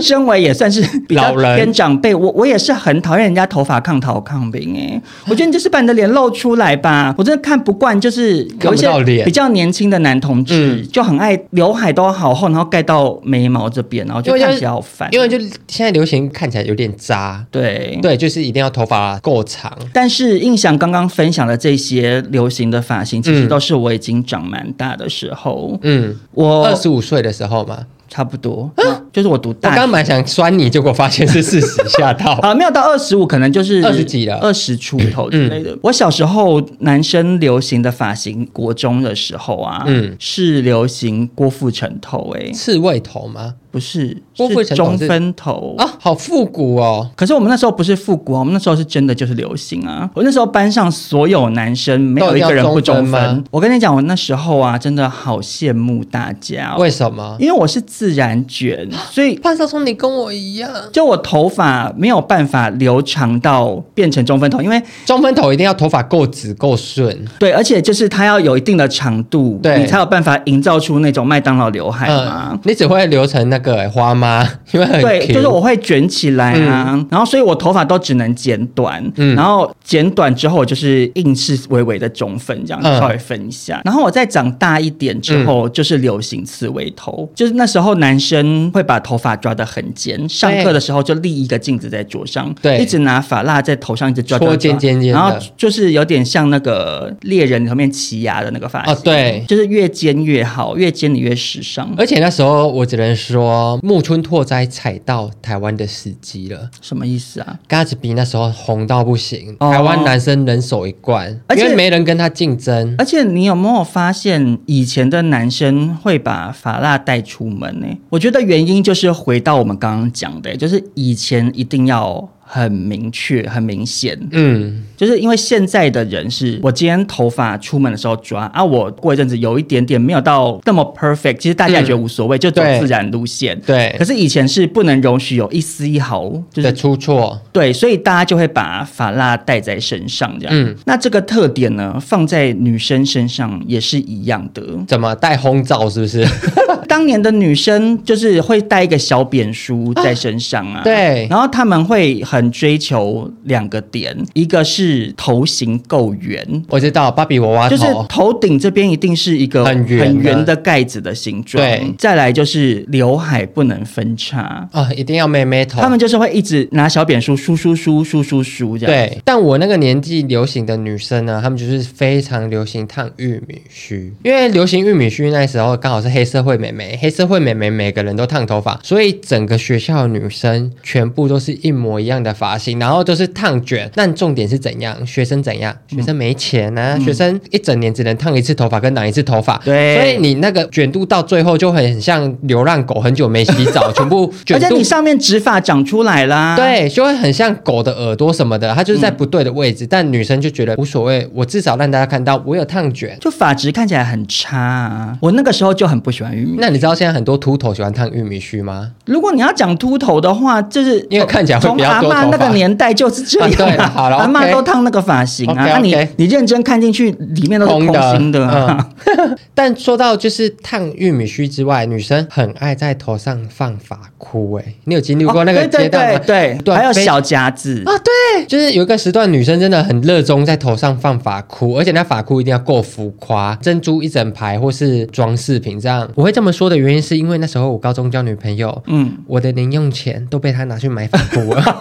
Speaker 2: 身为也算是比较
Speaker 3: 老人
Speaker 2: 偏长辈，我我也是很讨厌人家头发抗头抗病哎、我觉得你就是把你的脸露出来吧，我真的看不惯，就是有一
Speaker 3: 看不到
Speaker 2: 些
Speaker 3: 脸嗯
Speaker 2: 比较年轻的男同志、就很爱刘海都好厚，然后盖到眉毛这边，然后
Speaker 3: 因
Speaker 2: 就
Speaker 3: 为就
Speaker 2: 看
Speaker 3: 是
Speaker 2: 起来好烦。
Speaker 3: 因为就现在流行看起来有点渣，
Speaker 2: 对。
Speaker 3: 对，就是一定要头发够长。
Speaker 2: 但是印象刚刚分享的这些流行的发型，其实
Speaker 3: 嗯
Speaker 2: 都是我已经长蛮大的时候，
Speaker 3: 嗯，
Speaker 2: 我
Speaker 3: 二十五岁的时候嘛，
Speaker 2: 差不多，就是我读
Speaker 3: 我
Speaker 2: 大学
Speaker 3: 刚蛮想酸你，结果发现是事实，吓到。
Speaker 2: 啊，没有到二十五，可能就是
Speaker 3: 20几了嗯
Speaker 2: 二十出头之类的。我小时候男生流行的发型，国中的时候啊，
Speaker 3: 嗯
Speaker 2: 是流行郭富城头、欸，
Speaker 3: 刺猬头吗？
Speaker 2: 不是，
Speaker 3: 郭富
Speaker 2: 是
Speaker 3: 城头
Speaker 2: 中
Speaker 3: 是
Speaker 2: 分头。
Speaker 3: 啊，好复古哦。
Speaker 2: 可是我们那时候不是复古啊，我们那时候是真的就是流行啊。我那时候班上所有男生没有一个人不中
Speaker 3: 都一定要中分吗
Speaker 2: 我跟你讲，我那时候啊，真的好羡慕大家、哦，
Speaker 3: 为什么？
Speaker 2: 因为我是自然卷，所以
Speaker 3: 潘少聪，你跟我一样，
Speaker 2: 就我头发没有办法留长到变成中分头，因为
Speaker 3: 中分头一定要头发够直够顺。
Speaker 2: 对，而且就是它要有一定的长度，
Speaker 3: 对
Speaker 2: 你才有办法营造出那种麦当劳刘海嘛。
Speaker 3: 嗯，你只会留成那个、欸、花妈， 因为很
Speaker 2: 对，
Speaker 3: Q
Speaker 2: 就是我会卷起来啊，然后所以我头发都只能剪短，
Speaker 3: 嗯
Speaker 2: 然后剪短之后我就是硬是微微的中分，这样
Speaker 3: 嗯
Speaker 2: 稍微分一下。然后我再长大一点之后，就是流行刺猬头，就是那时候男生会把头发抓得很尖，上课的时候就立一个镜子在桌上，
Speaker 3: 对
Speaker 2: 一直拿发蜡在头上一直抓抓
Speaker 3: 搓
Speaker 2: 抓，
Speaker 3: 尖尖尖的
Speaker 2: 然后就是有点像那个猎人后面奇牙的那个发型，
Speaker 3: 哦对
Speaker 2: 就是越尖越好，越尖你越时尚。
Speaker 3: 而且那时候我只能说，木村拓哉踩到台湾的时机了。
Speaker 2: 什么意思啊？
Speaker 3: 嘎子比那时候红到不行，
Speaker 2: 哦
Speaker 3: 台湾男生人手一罐，
Speaker 2: 而且
Speaker 3: 因为没人跟他竞争。
Speaker 2: 而且你有没有发现，以前的男生会把发蜡带出门呢、我觉得原因就是回到我们刚刚讲的、就是以前一定要很明确、很明显。
Speaker 3: 嗯，
Speaker 2: 就是因为现在的人是，我今天头发出门的时候抓啊，我过一阵子有一点点没有到那么 perfect，其实大家也觉得无所谓，就走
Speaker 3: 嗯对
Speaker 2: 自然路线。
Speaker 3: 对
Speaker 2: 可是以前是不能容许有一丝一毫，就
Speaker 3: 的
Speaker 2: 是
Speaker 3: 出错，
Speaker 2: 对，所以大家就会把发蜡带在身上这样。
Speaker 3: 嗯
Speaker 2: 那这个特点呢，放在女生身上也是一样的。
Speaker 3: 怎么戴烘罩是不是？
Speaker 2: 当年的女生就是会带一个小扁梳在身上啊，
Speaker 3: 对
Speaker 2: 然后她们会很追求两个点，一个是头型够圆。
Speaker 3: 我知道，芭比娃娃
Speaker 2: 就是
Speaker 3: 头，
Speaker 2: 头顶这边一定是一个
Speaker 3: 啊很圆的
Speaker 2: 很圆的盖子的形状，
Speaker 3: 对
Speaker 2: 再来就是刘海不能分叉，
Speaker 3: 啊，一定要妹妹头。
Speaker 2: 他们就是会一直拿小扁梳梳梳梳梳梳梳这样。
Speaker 3: 对，但我那个年纪流行的女生呢，她们就是非常流行烫玉米须，因为流行玉米须那时候刚好是黑社会美眉，黑社会美眉每个人都烫头发，所以整个学校的女生全部都是一模一样的发型，然后都是烫卷。但重点是怎样？学生怎样？
Speaker 2: 嗯
Speaker 3: 学生没钱啊，学生一整年只能烫一次头发跟染一次头发，
Speaker 2: 对
Speaker 3: 所以你那个卷度到最后就很很像流浪狗，很久没洗澡，全部卷
Speaker 2: 而且
Speaker 3: 度
Speaker 2: 你上面直发长出来啦，，
Speaker 3: 对，就会很像狗的耳朵什么的，它就是在不对的位置，但女生就觉得无所谓，我至少让大家看到我有烫卷。
Speaker 2: 就发质看起来很差啊。我那个时候就很不喜欢玉米。
Speaker 3: 那你知道现在很多秃头喜欢烫玉米须吗？
Speaker 2: 如果你要讲秃头的话，就是
Speaker 3: 因为看起来会
Speaker 2: 从
Speaker 3: 比较
Speaker 2: 阿
Speaker 3: 多头发
Speaker 2: 嬷那个年代就是这样、
Speaker 3: 啊对了好了
Speaker 2: 阿嬷
Speaker 3: OK
Speaker 2: 都烫那个发型啊。
Speaker 3: OK，OK
Speaker 2: 那你你认真看进去，里面都是
Speaker 3: 空的嗯
Speaker 2: 空心的啊。
Speaker 3: 但说到就是烫玉米须之外，女生很爱在头上放发箍、欸，你有经历过那个
Speaker 2: 哦对
Speaker 3: 阶段吗？
Speaker 2: 对对对，
Speaker 3: 对啊
Speaker 2: 还有
Speaker 3: 非
Speaker 2: 小夹子，
Speaker 3: 啊，对，就是有一个时段，女生真的很热衷在头上放发箍，而且那发箍一定要够浮夸，珍珠一整排或是装饰品这样。我会这么说的原因，是因为那时候我高中交女朋友，
Speaker 2: 嗯，
Speaker 3: 我的零用钱都被她拿去买发箍了。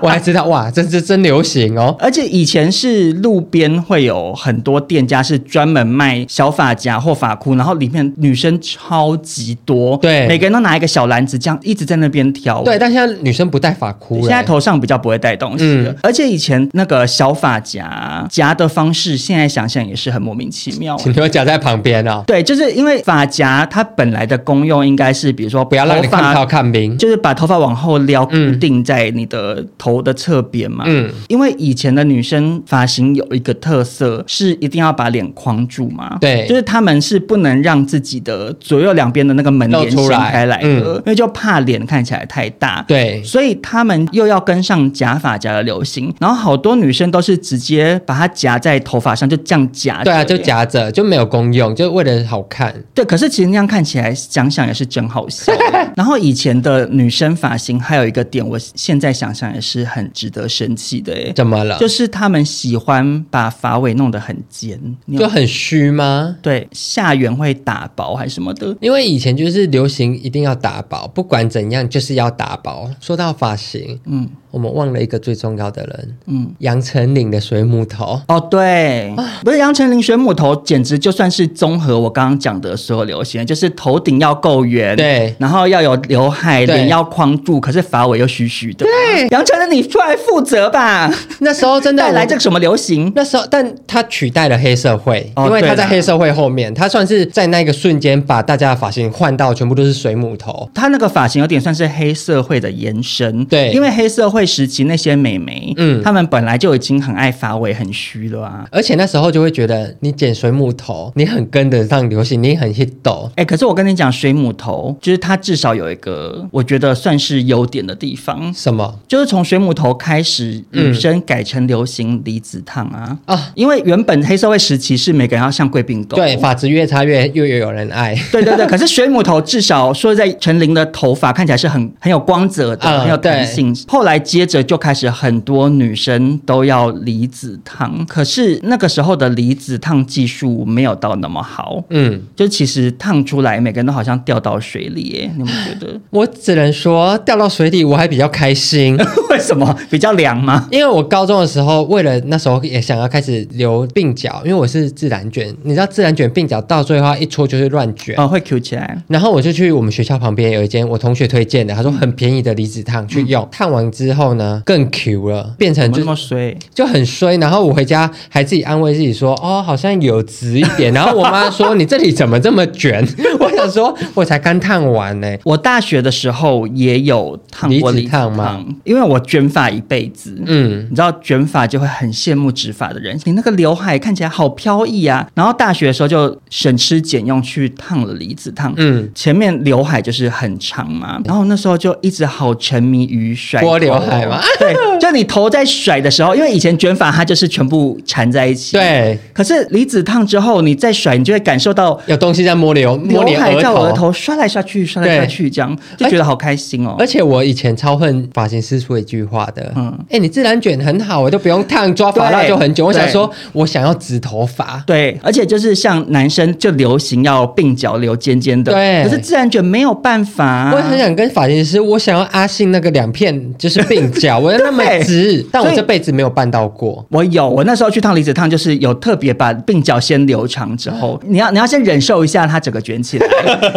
Speaker 3: 我还知道，哇，这这真流行 哦。
Speaker 2: 而且以前是路边会有很多店家是专门卖小发夹或发箍，然后里面女生超级多，
Speaker 3: 对
Speaker 2: 每个人都拿一个小篮子，这样一直在那边挑。
Speaker 3: 对，但现在女生不戴发箍了，欸
Speaker 2: 现在头上比较不会带东西了，
Speaker 3: 嗯
Speaker 2: 而且以前那个小发夹夹的方式，现在想想也是很莫名其妙。
Speaker 3: 请留夹在旁边哦，
Speaker 2: 对，就是因为发夹它本来的功用应该是，比如说
Speaker 3: 不要让你
Speaker 2: 头
Speaker 3: 看到
Speaker 2: 发，
Speaker 3: 看明。
Speaker 2: 就是把头发往后撩，固
Speaker 3: 嗯
Speaker 2: 定在你的头的侧边嘛。
Speaker 3: 嗯，
Speaker 2: 因为以前的女生发型有一个特色是一定要把脸框住嘛，
Speaker 3: 对
Speaker 2: 就是她们是不能让自己的左右两边的那个门
Speaker 3: 露
Speaker 2: 帘
Speaker 3: 出
Speaker 2: 掀
Speaker 3: 来
Speaker 2: 开来的，
Speaker 3: 嗯
Speaker 2: 因为就怕脸看起来太大。
Speaker 3: 对，
Speaker 2: 所以他们又要跟上假发夹的流行，然后好多女生都是直接把它夹在头发上，就这样夹着。
Speaker 3: 对啊，就。夹着，就没有功用，就为了好看。
Speaker 2: 对，可是其实那样看起来，想想也是真好 笑。然后以前的女生发型还有一个点，我现在想想也是很值得生气的诶，
Speaker 3: 怎么了？
Speaker 2: 就
Speaker 3: 就是
Speaker 2: 他们喜欢把发尾弄得很尖，你有
Speaker 3: 就很虚吗？
Speaker 2: 对下缘会打薄还是什么的。
Speaker 3: 因为以前就是流行一定要打薄，不管怎样就是要打薄。说到发型，
Speaker 2: 嗯
Speaker 3: 我们忘了一个最重要的人，
Speaker 2: 嗯，
Speaker 3: 杨丞琳的水母头。
Speaker 2: 哦，对，不是杨丞琳水母头，简直就算是综合我刚刚讲的所有流行，就是头顶要够圆，
Speaker 3: 对
Speaker 2: 然后要有刘海，
Speaker 3: 对
Speaker 2: 脸要框住，可是发尾又虚虚的。对，杨丞琳，你出来负责吧，
Speaker 3: 那时候真的
Speaker 2: 带来
Speaker 3: 我
Speaker 2: 这个什么流行？
Speaker 3: 那时候，但他取代了黑社会，
Speaker 2: 哦
Speaker 3: 因为他
Speaker 2: 对
Speaker 3: 在
Speaker 2: 啦
Speaker 3: 黑社会后面，他算是在那个瞬间把大家的发型换到全部都是水母头。
Speaker 2: 他那个发型有点算是黑社会的延伸，
Speaker 3: 对
Speaker 2: 因为黑社会时期那些美眉，
Speaker 3: 嗯
Speaker 2: 嗯，她们本来就已经很爱发尾很虚了啊。
Speaker 3: 而且那时候就会觉得，你剪水母头，你很跟得上流行，你很 hit 抖。
Speaker 2: 哎、可是我跟你讲，水母头就是它至少有一个我觉得算是优点的地方，
Speaker 3: 什么
Speaker 2: 就是从水母头开始，
Speaker 3: 嗯
Speaker 2: 女生改成流行离子烫啊，
Speaker 3: 啊？
Speaker 2: 因为原本黑社会时期是每个人要像贵宾狗，
Speaker 3: 对，发质越差越越越有人爱。
Speaker 2: 对对对。可是水母头至少说在陈琳的头发 看起来是很很有光泽的，
Speaker 3: 嗯
Speaker 2: 很有弹性。后来接着就开始很多女生都要离子烫，可是那个时候的离子烫技术没有到那么好。
Speaker 3: 嗯，
Speaker 2: 就其实烫出来，每个人都好像掉到水里耶，你们觉 得
Speaker 3: 我只能说掉到水里我还比较 开心，
Speaker 2: 为什么比较凉吗？
Speaker 3: 因为我高中的时候，为了那时候也想要开始留鬓角，因为我是自然卷，你知道自然卷鬓角到最后它一戳就是乱卷。
Speaker 2: 哦，会 Q 起来，
Speaker 3: 然后我就去我们学校旁边有一间我同学推荐的，他说很便宜的离子烫去用，烫完之后呢更 Q 了，变
Speaker 2: 嗯怎
Speaker 3: 成
Speaker 2: 么
Speaker 3: 就
Speaker 2: 那么衰？
Speaker 3: 就很衰。然后我回家还自己安慰自己说，哦，好像有直一 点。然后我妈说你这里怎么这么卷？ 我想说我才刚烫完呢、
Speaker 2: 我大学的时候也有烫过
Speaker 3: 离
Speaker 2: 离
Speaker 3: 子
Speaker 2: 子
Speaker 3: 烫
Speaker 2: 烫
Speaker 3: 吗？
Speaker 2: 因为我卷发一辈子，
Speaker 3: 嗯，
Speaker 2: 你知道卷发就会很羡慕直发的人，你那个刘海看起来好飘逸啊。然后大学的时候就省吃俭用去烫了离子烫，
Speaker 3: 嗯，
Speaker 2: 前面刘海就是很长嘛，然后那时候就一直好沉迷于甩头
Speaker 3: 拨刘海嘛，
Speaker 2: 对，就你头在甩的时候，因为以前卷发它就是全部缠在一起，。
Speaker 3: 对，
Speaker 2: 可是离子烫之后，你再甩，你就会感受到
Speaker 3: 有东西在摸流，
Speaker 2: 刘
Speaker 3: 摸你
Speaker 2: 海
Speaker 3: 额
Speaker 2: 在我的
Speaker 3: 头。哎
Speaker 2: 头刷来刷去，刷来刷去，这样就觉得好开心哦。
Speaker 3: 而且我以前超恨发型师说一句话的，嗯
Speaker 2: 嗯，
Speaker 3: 哎、你自然卷很好，我都不用烫，抓发蜡
Speaker 2: 对
Speaker 3: 就很卷。我想
Speaker 2: 对啊
Speaker 3: 说，我想要直头发，
Speaker 2: 对，而且就是像男生就流行要鬓角留尖尖的，
Speaker 3: 对
Speaker 2: 可是自然卷没有办法、啊。
Speaker 3: 我也很想跟发型师，我想要阿信那个两片就是鬓 角，我要那么
Speaker 2: 对
Speaker 3: 直，但我
Speaker 2: 所以
Speaker 3: 这辈子没有办到过。
Speaker 2: 我有，我那时候去烫离子烫，就是有特别把鬓角先留长之 后，你要你要先忍受一下它整个卷起来，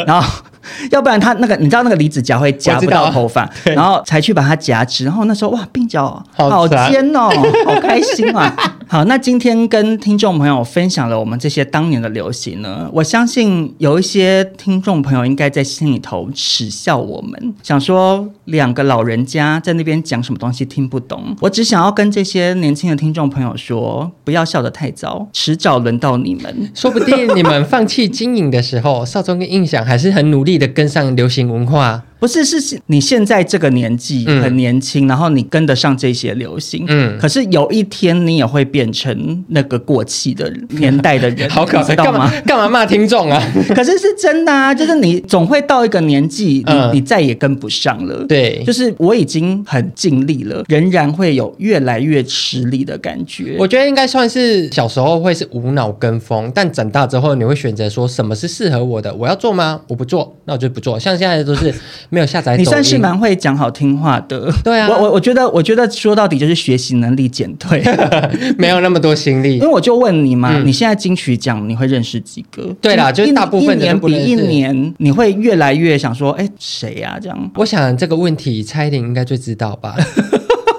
Speaker 2: 然后要不然它那个你知道那个离子夹会夹
Speaker 3: 我知
Speaker 2: 不
Speaker 3: 道
Speaker 2: 到头 发，然后才去把它夹直。然后那时候哇，鬓角
Speaker 3: 好
Speaker 2: 好
Speaker 3: 长
Speaker 2: 尖哦，好开心啊！好，那今天跟听众朋友分享了我们这些当年的流行呢，我相信有一些听众朋友应该在心里头耻笑我们，想说两个老人家在那边讲什么东西听不懂。我只想要跟这些年轻的听众朋友说，不要笑得太早，迟早轮到你们。
Speaker 3: 说不定你们放弃经营的时候， 少中跟印象还是很努力的跟上流行文化。
Speaker 2: 不是，是是你现在这个年纪
Speaker 3: 嗯
Speaker 2: 很年轻，然后你跟得上这些流行，
Speaker 3: 嗯
Speaker 2: 可是有一天你也会变成那个过气的年代的人，
Speaker 3: 好可
Speaker 2: 你知
Speaker 3: 爱，
Speaker 2: 道
Speaker 3: 干
Speaker 2: 吗
Speaker 3: 嘛？干嘛骂听众啊？
Speaker 2: 可是是真的 啊，就是你总会到一个年纪，你、
Speaker 3: 嗯
Speaker 2: 你再也跟不上了。。
Speaker 3: 对，
Speaker 2: 就是我已经很尽力了，仍然会有越来越吃力的感觉。
Speaker 3: 我觉得应该算是小时候会是无脑跟风，但长大之后你会选择说什么是适合我的，我要做吗？我不做，那我就不做。像现在都是没有下载抖音，
Speaker 2: 你算是 蛮会讲好听话的，
Speaker 3: 对啊
Speaker 2: 我我我觉得，我觉得说到底就是学习能力减 退，
Speaker 3: 没有那么多心
Speaker 2: 因
Speaker 3: 力
Speaker 2: 为。我就问你嘛，你现在金曲奖你会认识几个？
Speaker 3: 嗯对啦
Speaker 2: 一
Speaker 3: 就是大部分
Speaker 2: 一
Speaker 3: 的都
Speaker 2: 年
Speaker 3: 不
Speaker 2: 比一
Speaker 3: 认识
Speaker 2: 年，你会越来越想说，哎，谁呀、啊？这样
Speaker 3: 我想这个问题蔡依林应该最知道 吧，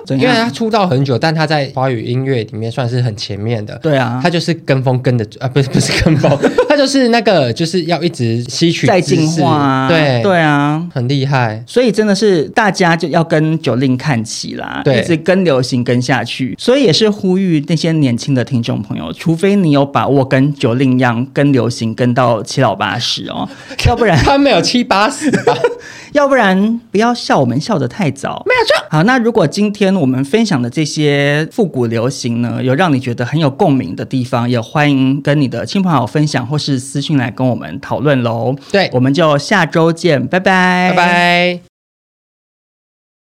Speaker 2: 怎
Speaker 3: 因为
Speaker 2: 样
Speaker 3: 她？出道很久，但她在华语音乐里面算是很前面的。
Speaker 2: 对啊
Speaker 3: 她就是跟风跟的啊，不是不是跟风，她就是那个就是要一直吸取
Speaker 2: 在
Speaker 3: 知识
Speaker 2: 进化、啊，
Speaker 3: 对，
Speaker 2: 对啊，
Speaker 3: 很厉害。
Speaker 2: 所以真的是大家就要跟九令看齐啦，
Speaker 3: 对
Speaker 2: 一直跟流行跟下去。所以也是呼吁那些年轻的听众朋友，除非你有把握跟九令一样跟流行跟到七老八十 哦，要不然
Speaker 3: 她没有七八十 吧？
Speaker 2: 要不然不要笑我们笑得太早。
Speaker 3: 没有错。
Speaker 2: 好，那如果今天我们分享的这些复古流行呢，有让你觉得很有共鸣的地方，也欢迎跟你的亲朋好友分享，或是私讯来跟我们讨论喽。
Speaker 3: 对
Speaker 2: 我们就下周见，拜拜，
Speaker 3: 拜。拜。